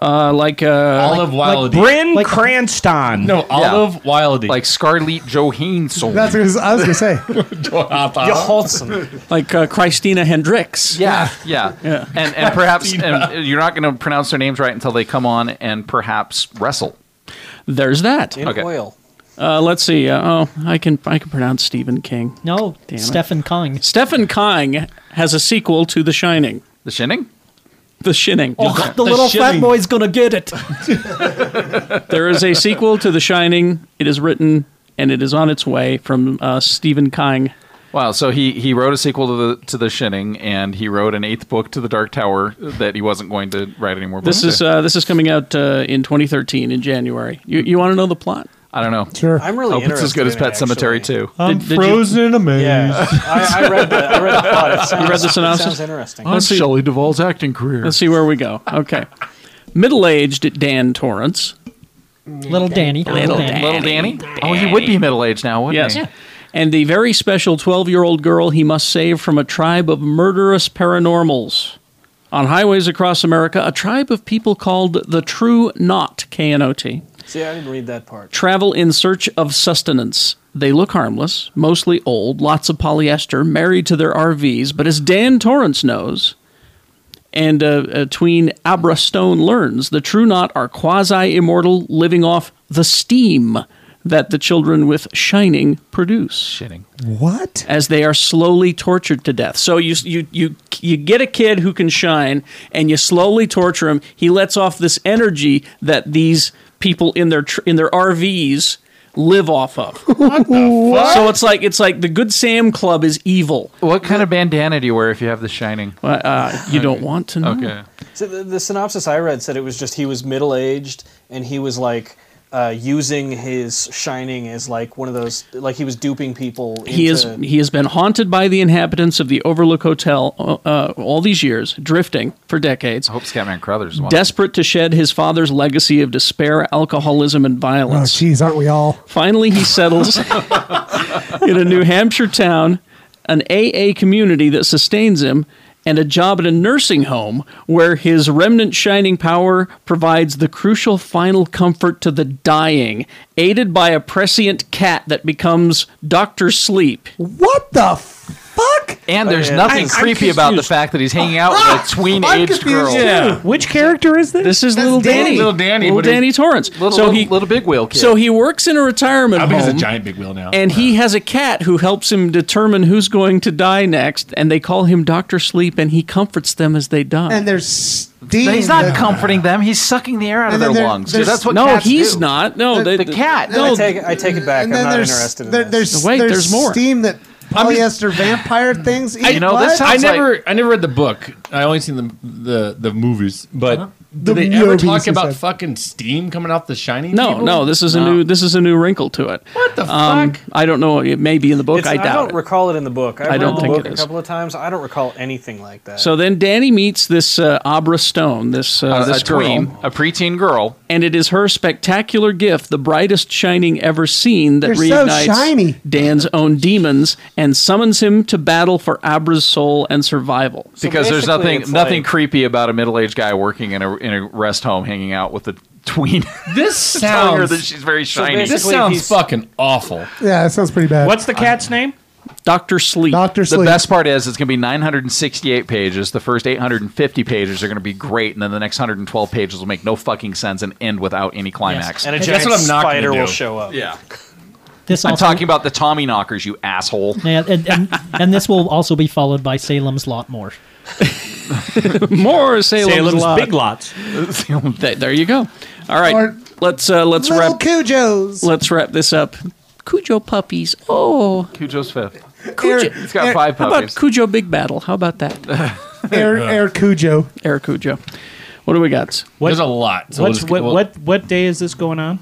S2: uh, like uh,
S9: Olive
S2: like,
S9: Wilde.
S10: Bryn Cranston.
S6: No, Olive Wildy.
S9: Like Scarlett Johansson.
S19: That's what
S9: [LAUGHS]
S19: I was gonna say.
S2: Johansson. like uh, Christina Hendricks.
S9: Yeah, yeah,
S2: [LAUGHS] Yeah.
S9: and
S2: [LAUGHS]
S9: and perhaps and you're not going to pronounce their names right until they come on and perhaps wrestle.
S2: There's that.
S9: Okay.
S2: Uh, let's see. Uh, oh, I can I can pronounce Stephen King.
S4: No,
S2: Damn it.
S4: Stephen Kong.
S2: Stephen King has a sequel to The Shining.
S9: The Shining.
S2: The Shining.
S4: Oh, the little fat boy's gonna get
S10: [LAUGHS]
S4: it.
S2: there is a sequel to The Shining. It is written and it is on its way from uh, Stephen King.
S9: Wow, so he, he wrote a sequel to the to the Shining, and he wrote an eighth book to the Dark Tower that he wasn't going to write any more.
S2: This
S9: books
S2: is
S9: to.
S2: uh, this is coming out uh, in 2013 in January. You you want to know the plot?
S9: I don't know.
S19: Sure,
S9: I'm really. Hope it's as
S2: interested
S9: Oh, good as
S2: in
S9: Pet
S2: it,
S9: Cemetery too.
S2: I'm Did- did you- frozen
S10: in a maze.
S12: I, I read the I read the plot. It sounds,
S2: you read the synopsis.
S12: It sounds interesting.
S9: Shelley Duvall's acting career.
S2: Let's see where we go. Okay, middle-aged Dan Torrance.
S4: Little Danny.
S2: Little Danny.
S9: Little Danny. Oh, he would be middle aged now, wouldn't
S2: Yes.
S9: he?
S2: And the very special 12 year old girl he must save from a tribe of murderous paranormals. On highways across America, a tribe of people called the True Knot, K N O T,
S12: See, I didn't read that part.
S2: travel in search of sustenance. They look harmless, mostly old, lots of polyester, married to their RVs, but as Dan Torrance knows, and uh, uh, tween Abra Stone learns, the True Knot are quasi immortal, living off the steam that the children with Shining produce. Shining.
S19: What?
S2: As they are slowly tortured to death. So you you you you get a kid who can shine, and you slowly torture him. He lets off this energy that these people in their tr- in their RVs live off of. So it's like it's like the Good Sam Club is evil.
S9: What kind of bandana do you wear if you have The Shining?
S2: Well, uh, you don't want to know.
S9: Okay.
S12: So the, the synopsis I read said it was just he was middle aged and he was like uh, using his shining as like one of those like he was duping people.
S2: He is
S12: into-
S2: he has been haunted by the inhabitants of the Overlook Hotel uh, all these years, drifting for decades.
S9: I hope Scatman Crothers. watching.
S2: Desperate to shed his father's legacy of despair, alcoholism, and
S19: Oh,
S2: violence.
S19: jeez, aren't we all?
S2: Finally, he [LAUGHS] settles in a New Hampshire town, an AA community that sustains him, and a job at a nursing home where his remnant shining power provides the crucial final comfort to the dying, aided by a prescient cat that becomes Dr. Sleep.
S21: What the fuck?
S9: And
S2: Oh,
S9: there's nothing creepy about the fact that he's hanging out
S2: Ah!
S9: with a tween aged girl.
S2: Which character is this? This is little Danny.
S9: Little Danny,
S2: Little
S9: but he-
S2: Danny Torrance.
S9: Little-
S2: so
S9: little-
S2: he,
S9: little big wheel kid.
S2: So he works in a retirement
S6: I
S2: home.
S6: think it's a giant big wheel now.
S2: And he has a cat who helps him determine who's going to die next, and they call him Doctor Sleep, and he comforts them as they die.
S19: And there's Steve.
S9: He's
S2: uh,
S9: not comforting them. He's sucking the air out of
S19: And then
S9: their
S19: there-
S9: lungs. dude.
S19: there's-
S9: That's what
S2: No,
S9: cats
S2: he's
S9: do.
S2: not. No,
S9: the,
S2: they-
S9: the cat.
S12: I take it, I take it back. I'm
S19: then
S12: not
S19: there's-
S12: interested in
S19: there-
S12: this.
S19: There's,
S2: Wait,
S19: there's,
S2: there's more.
S19: steam that polyester vampire things.
S6: I,
S19: eat
S6: you know, this
S19: blood?
S6: I never, I never read the book. I only seen the the, the movies. But did
S19: The
S6: they ever
S19: movies,
S6: talk
S19: he
S6: about
S19: said.
S6: fucking steam coming off the shiny?
S2: no,
S6: people?
S2: no. This is a new. This is a new wrinkle to it. What
S6: the
S2: fuck? I don't know. It may be in the book.
S12: It's-
S2: I
S12: I
S2: doubt
S12: don't
S2: it.
S12: recall it in the book.
S2: I
S12: I, read
S2: don't
S12: the
S2: think
S12: book
S2: it
S12: a
S2: is.
S12: couple of times. I don't recall anything like that.
S2: So then Danny meets this uh, Abra Stone, this uh,
S9: A-
S2: this
S9: a tween,
S2: girl,
S9: a preteen girl.
S2: and it is her spectacular gift, the brightest shining ever seen, that
S9: They're so
S2: reignites
S9: shiny.
S2: Dan's own demons and summons him to battle for Abra's soul and survival.
S9: Because there's nothing nothing creepy about a middle aged guy working in a in a rest home hanging out with a tween.
S6: This
S9: [LAUGHS] telling her
S6: sounds.
S9: that she's very
S6: So
S9: shiny.
S6: this sounds fucking awful.
S19: Yeah, that sounds pretty bad.
S10: What's the cat's name?
S2: Doctor Sleep.
S19: Doctor
S9: The best part is it's going to be 968 pages. The first 850 pages are going to be great, and then the next 112 pages will make no fucking sense and end without any climax.
S12: And a giant spider will show up.
S9: Yeah.
S4: This
S9: I'm
S4: also-
S9: talking about the Tommy knockers, you asshole.
S4: Yeah, and, and, and this will also be followed by Salem's Lot more.
S2: More Salem's,
S4: Salem's
S2: Lot.
S4: Big Lots.
S2: [LAUGHS] Th- there you go. All right, let's uh, let's
S19: Little
S2: wrap
S19: Cujos.
S2: let's wrap this up. Cujo puppies. Oh,
S9: Cujo's fifth.
S2: Cujo.
S9: He's got five
S2: How about
S9: puppies.
S2: Cujo Big Battle? How about that?
S19: [LAUGHS] Air, Air Cujo.
S2: Air Cujo. What do we got?
S6: There's a lot. So
S10: What's,
S6: we'll just-
S10: what,
S6: we'll-
S10: what what day is this going on?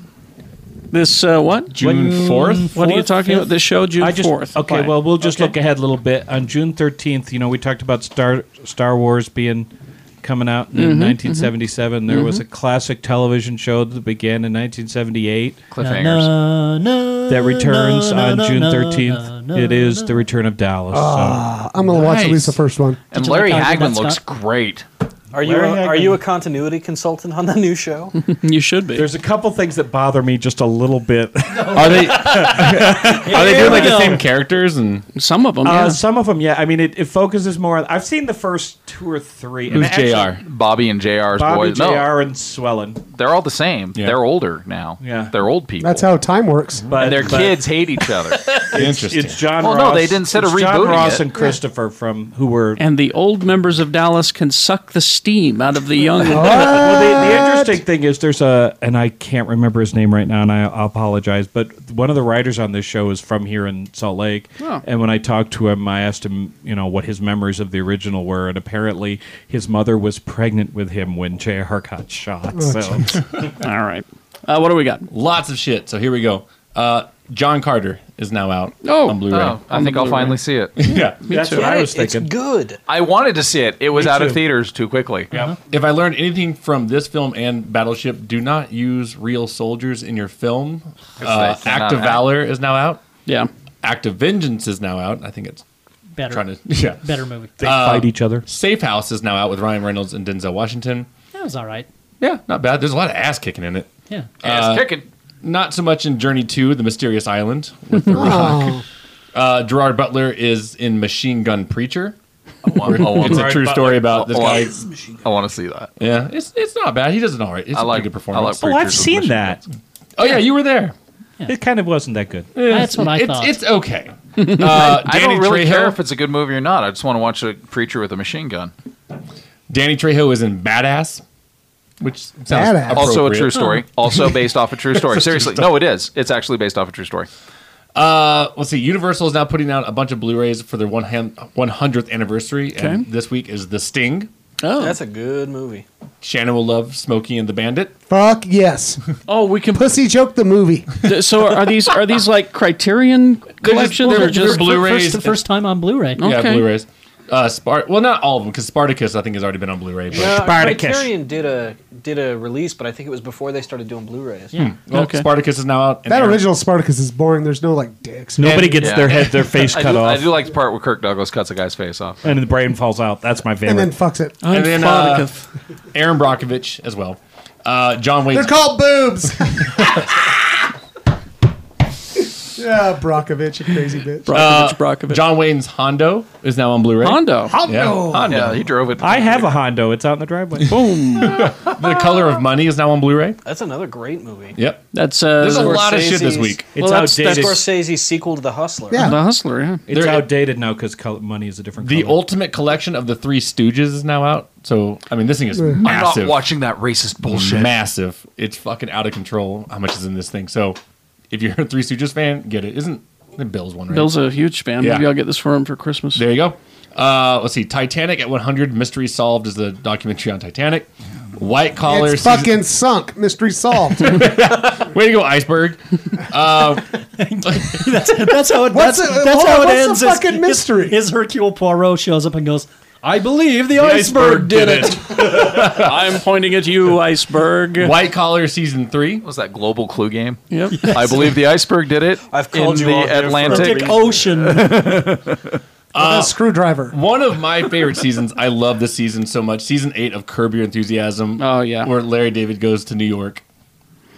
S2: This uh, what?
S6: June 4th?
S2: What are you talking about? This show June
S10: I just-
S2: 4th.
S10: Okay,
S2: Fine.
S10: well we'll just look ahead a little bit. On June 13th, you know, we talked about Star Star Wars being coming out in
S2: Mhm, mhm.
S10: 1977. There was
S2: Mhm.
S10: a classic television show that began in 1978.
S9: Cliffhangers.
S4: No, no,
S10: that returns
S4: no,
S10: on
S4: no,
S10: June
S4: no,
S10: 13th. it is the return of Dallas.
S19: Ah, I'm gonna watch at least the first one.
S9: And Larry Hagman looks great.
S12: Are you
S10: Larry
S12: a, are you a continuity consultant on the new
S9: [LAUGHS]
S12: show?
S2: [LAUGHS]
S12: [LAUGHS]
S2: you should be.
S10: There's a couple things that bother me just a little [LAUGHS] bit.
S6: are they? are they doing like the same characters and
S2: some of them?
S10: Uh, some of them, yeah. I mean, it, it focuses more. on... I've seen the first two or three. and
S9: Who's
S10: actually,
S9: JR? Bobby and JR's
S10: Bobby,
S9: boys.
S10: JR,
S9: No,
S10: and Swellen.
S9: they're all the same. They're older now.
S10: Yeah.
S9: They're old people.
S19: That's how time works.
S9: and their
S10: but-
S9: kids hate each other.
S10: [LAUGHS] It's, it's John
S9: Well,
S10: Ross.
S9: no, they didn't set a
S10: it's John
S9: rebooting
S10: Ross
S9: it.
S10: and Christopher from who
S6: [LAUGHS]
S10: were.
S2: and the old members of Dallas can suck the steam out of
S10: [LAUGHS]
S2: the young.
S10: well, the, the interesting thing is there's a, and I can't remember his name right now, and I apologize, but one of the writers on this show is from here in Salt Lake.
S2: Oh.
S10: And when I talked to him, I asked him, you know, what his memories of the original were, and apparently his mother was pregnant with him when J.R. got shot.
S6: Oh,
S10: so,
S2: [LAUGHS] all right, uh, what do we got?
S6: Lots of shit. So here we go. Uh, John Carter is now out
S9: Oh.
S6: on Blu-ray.
S9: Oh, I think I'll finally see it.
S6: [LAUGHS] yeah,
S9: Me That's too. what I was thinking.
S6: It's
S12: good.
S9: I wanted to see it. It was
S6: Me
S9: out of
S6: too.
S9: theaters too quickly.
S6: Uh-huh. If I learned anything from this film and Battleship, do not use real soldiers in your film.
S9: 'Cause
S6: Uh,
S9: they cannot
S6: Act of
S9: act.
S6: Valor is now out.
S2: Yeah.
S6: Act of Vengeance is now out. I think it's
S4: Better.
S6: Trying to yeah.
S4: Better movie. Uh,
S10: They fight each other.
S6: Safe House is now out with Ryan Reynolds and Denzel Washington.
S4: That was all right.
S6: Yeah, not bad. There's a lot of ass kicking in it.
S4: Yeah.
S6: Uh, [LAUGHS] Not so much in Journey Two, The Mysterious Island with The
S4: Oh.
S6: Rock. Uh, Gerard Butler is in Machine Gun Preacher. it's a true story about this guy.
S9: I want to see that.
S6: Yeah, it's it's not bad. He does an all right. It's
S9: I
S6: a
S9: like-
S6: pretty good
S9: I
S6: performance.
S9: like
S10: oh, I've seen that.
S6: Oh yeah, you were there.
S10: It kind of wasn't that good.
S4: That's what I
S6: it's,
S4: thought.
S6: It's
S9: [LAUGHS]
S6: okay. Uh, [LAUGHS]
S9: I- I
S6: Danny
S9: don't really
S6: Trejo.
S9: care if it's a good movie or not. I just want to watch a preacher with a machine gun.
S6: Danny Trejo is in Badass, which sounds appropriate.
S9: Also a true story.
S6: [LAUGHS]
S9: Also based off a true story.
S6: It's a true
S9: Seriously,
S6: story.
S9: no, it is. It's actually based off a true story.
S6: Uh, let's see. Universal is now putting out a bunch of Blu-rays for their one hand- 100th anniversary, and
S12: Okay.
S6: this week is The Sting.
S2: Oh,
S12: that's a good movie.
S6: Shannon will love Smokey and the Bandit.
S19: Fuck yes.
S2: Oh, we
S19: [LAUGHS]
S2: can
S19: pussy joke the movie.
S2: Th- so are these are these like Criterion collections or just
S4: First, first time on Blu-ray.
S6: Yeah, Blu-rays. Uh, Spart- well, not all of them, because Spartacus I think has already been on Blu-ray. But
S12: No, Criterion did a did a release, but I think it was before they started doing Blu-rays.
S6: Hmm. Well, Spartacus is now out. and
S19: That
S6: Aaron-
S19: original Spartacus is boring. There's no like dicks.
S10: Nobody gets their head-
S9: [LAUGHS]
S10: their face
S9: I
S10: cut
S9: do- I
S10: off.
S9: do like the part where Kirk Douglas cuts a guy's face off.
S10: and the brain falls out. That's my favorite.
S19: and then fucks it.
S5: Oh,
S6: and then uh, Aaron Brockovich as well. Uh, John Wayne.
S19: They're called boobs. [LAUGHS] yeah, Brockovich, you crazy bitch.
S6: Uh, John Wayne's Hondo is now on Blu-ray.
S19: Hondo.
S6: Hondo.
S19: Hondo.
S6: Hondo.
S19: Yeah, he
S9: drove it.
S10: I have a Hondo. It's out in the driveway.
S2: Boom.
S6: [LAUGHS] the Color of Money is now on Blu-ray.
S12: That's another great movie.
S6: Yep.
S2: That's uh,
S6: There's a lot of shit this
S12: Scorsese's-
S6: week.
S12: well, that's, that's Scorsese's sequel to The Hustler.
S2: The Hustler. Yeah.
S10: It's
S6: There-
S10: outdated now because money is a different.
S6: The ultimate collection of the Three Stooges is now out. So I mean, this thing is
S10: I'm not
S6: massive.
S9: watching that racist bullshit.
S6: Massive. It's fucking out of control. How much is in this thing? So if you're a Three Stooges fan, get it. Isn't I think Bill's one? Right?
S2: Bill's a huge fan. Maybe I'll get this for him for Christmas.
S6: There you go. Uh, let's see. Titanic at 100 Mystery Solved is the documentary on Titanic. White Collar.
S19: It's
S6: season-
S19: fucking sunk. Mystery solved.
S6: Way to go,
S4: [LAUGHS]
S6: Iceberg. Uh,
S4: That's how it.
S19: What's
S4: That's,
S19: the-
S4: that's
S19: hold
S4: how
S19: on,
S4: it
S19: what's the
S4: ends.
S19: fucking
S4: mystery. His, Hercule Poirot shows up and goes, "I believe the,
S6: The
S4: iceberg,
S6: iceberg
S4: did
S6: did
S4: it."
S2: [LAUGHS] I'm pointing at you, iceberg.
S6: White Collar season three.
S9: What was that global clue game?
S2: Yep.
S9: [LAUGHS] I believe the iceberg did it. I've
S6: [LAUGHS] called
S9: in
S6: you out
S9: the
S6: there for
S9: Atlantic
S6: a
S9: Ocean.
S6: Uh,
S19: screwdriver.
S6: One of my favorite seasons. I love this season so much. Season eight of Curb Your Enthusiasm. Oh yeah, where Larry David goes to New York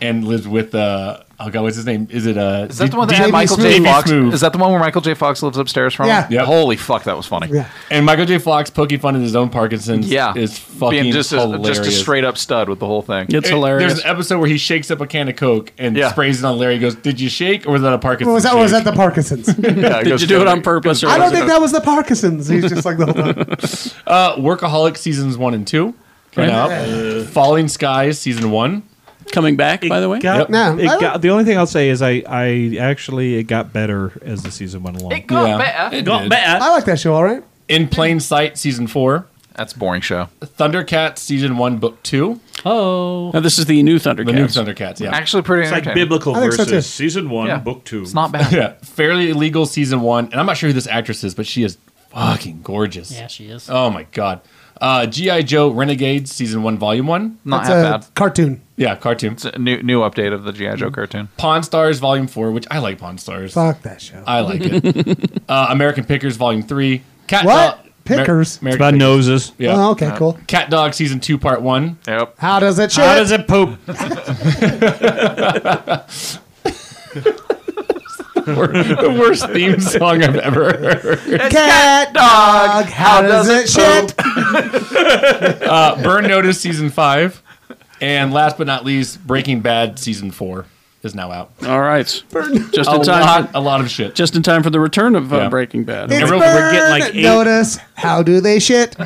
S6: and lives with uh oh god, what's his name? Is it uh?
S9: Is that the one that had Michael J. Fox? Is that the one where Michael J. Fox lives upstairs from?
S6: Yeah.
S9: him? Holy fuck, that was funny.
S19: Yeah.
S6: And Michael J. Fox poking fun at his own Parkinson's.
S9: Yeah.
S6: is fucking
S9: Being just a,
S6: hilarious.
S9: just a straight up stud with the whole thing.
S6: It- There's an episode where he shakes up a can of Coke and
S9: Yeah.
S6: sprays it on Larry. He goes, "Did you shake or was that a Parkinson's?"
S19: What was that? Was
S6: shake?"
S19: that the Parkinson's?
S6: [LAUGHS] Yeah, it Did goes you do it on purpose or
S19: I
S6: was
S19: don't
S6: it
S19: think
S6: a-
S19: that was the Parkinson's. He's just like the whole time.
S6: uh, Workaholic seasons one and two. are
S19: Okay.
S6: now up.
S19: Yeah.
S6: Falling Skies season one.
S2: Coming back, by the way.
S10: Got,
S6: Yep.
S10: it got, the only thing I'll say is I, I actually it got better as the season went along.
S6: Yeah. It did.
S19: I like that show. All right.
S6: In Plain Sight season four.
S9: That's a boring show.
S6: Thundercats season one book two.
S2: Oh. Now, this is the new Thundercats.
S6: The new Thundercats. Yeah,
S9: Actually pretty It's like entertaining. biblical I think so, versus too.
S10: season one,
S9: Yeah.
S10: book two. It's [LAUGHS]
S9: not bad.
S6: [LAUGHS] yeah, Fairly Illegal season one, and I'm not sure who this actress is, but she is fucking gorgeous.
S4: [LAUGHS] Yeah, she is.
S6: Oh my god. Uh, GI Joe Renegades season one, volume one.
S19: That's a Cartoon.
S6: Yeah, cartoon. It's
S9: a new new update of the GI Joe cartoon.
S6: Pawn Stars Volume Four, which I like Pawn Stars.
S19: Fuck that show.
S6: I like
S10: [LAUGHS]
S6: it. uh, American Pickers Volume Three. Cat
S19: What?
S6: Dog-
S19: Pickers?
S6: Amer-
S10: It's about
S6: American Pickers.
S10: noses.
S6: Yeah.
S19: Oh, okay, cool.
S6: Cat Dog Season Two Part One.
S9: Uh, Yep.
S19: How does it shit? [LAUGHS]
S10: How does it poop?
S6: [LAUGHS] the worst theme song I've ever heard.
S19: Cat, dog. How does it shit?
S6: uh, Burn Notice season five, and last but not least, Breaking Bad season four is now out.
S2: [LAUGHS] All right. Just
S6: a
S2: in time.
S6: Lot, a lot of shit.
S2: Just in time for the return of uh,
S6: Yeah.
S2: Breaking Bad.
S19: It's
S6: Everyone-
S19: burn
S6: we're getting like eight-
S19: notice. How do they
S6: [LAUGHS]
S19: shit?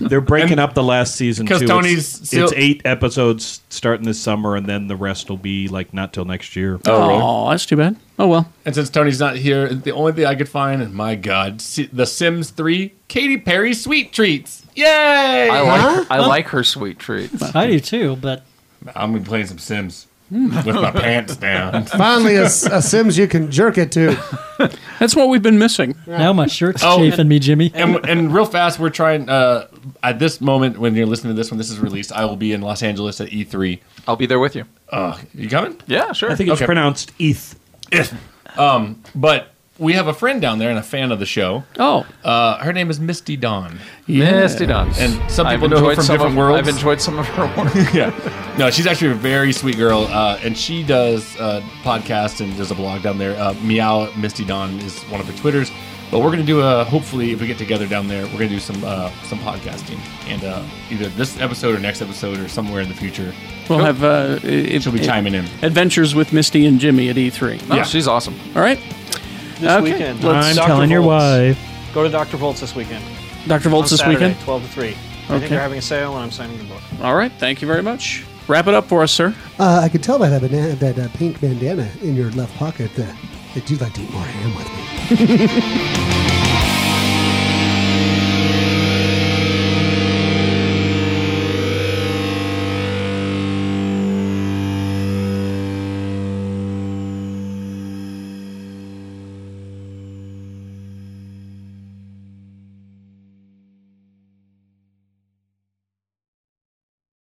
S10: They're breaking up the last season
S6: Because
S10: too.
S6: Tony's
S10: it's,
S6: still-
S10: it's eight episodes starting this summer, and then the rest will be like not till next year.
S6: Oh, really? Aw,
S2: that's too bad. Oh well.
S6: And since Tony's not here, the only thing I could find, and my God, Si- The Sims Three, Katy Perry Sweet Treats. Yay!
S9: I like
S6: Huh?
S9: I like her sweet treats.
S4: I do too, but
S6: I'm gonna be playing some Sims with my pants down.
S19: Finally, a, a Sims you can jerk it
S6: [LAUGHS]
S19: to.
S2: That's what we've been missing.
S4: now my shirt's
S6: Oh,
S4: chafing me, Jimmy.
S6: And, and real fast, we're trying. Uh, at this moment, when you're listening to this, when this is released, I will be in Los Angeles at E3.
S9: I'll be there with you.
S6: Uh, you coming?
S9: Yeah, sure.
S10: I think it's
S6: Okay.
S10: pronounced ETH.
S6: Um, but we have a friend down there and a fan of the show.
S2: Oh,
S6: uh, her name is Misty Dawn.
S9: Misty Dawn.
S6: and some
S9: I've
S6: people know her
S9: enjoyed
S6: from
S9: some
S6: different
S9: of-
S6: worlds.
S9: I've enjoyed some of
S6: [LAUGHS]
S9: her work.
S6: yeah, no, she's actually a very sweet girl, uh, and she does uh, podcasts and does a blog down there. Uh, Meow Misty Dawn is one of her twitters. But we're gonna do a hopefully if we get together down there, we're gonna do some uh, some podcasting and uh, either this episode or next episode or somewhere in the future.
S2: We'll have. Uh, it,
S6: She'll be chiming in.
S2: Adventures with Misty and Jimmy at E3.
S9: Oh, she's awesome.
S2: All right.
S12: This
S2: Okay,
S12: weekend.
S2: let's-
S10: I'm
S2: Dr.
S10: telling your
S2: Volz.
S10: wife.
S12: Go to Dr. Volts this weekend.
S2: Dr. Volz
S12: On
S2: this
S12: Saturday,
S2: weekend?
S12: 12 to 3. I
S2: Okay.
S12: think they're having a sale and I'm signing the book.
S2: All right. Thank you very much. Wrap it up for us, sir.
S19: Uh, I could tell by that banana, that
S5: [LAUGHS]
S19: uh, pink bandana in your left pocket uh, that you'd like to eat more ham with me.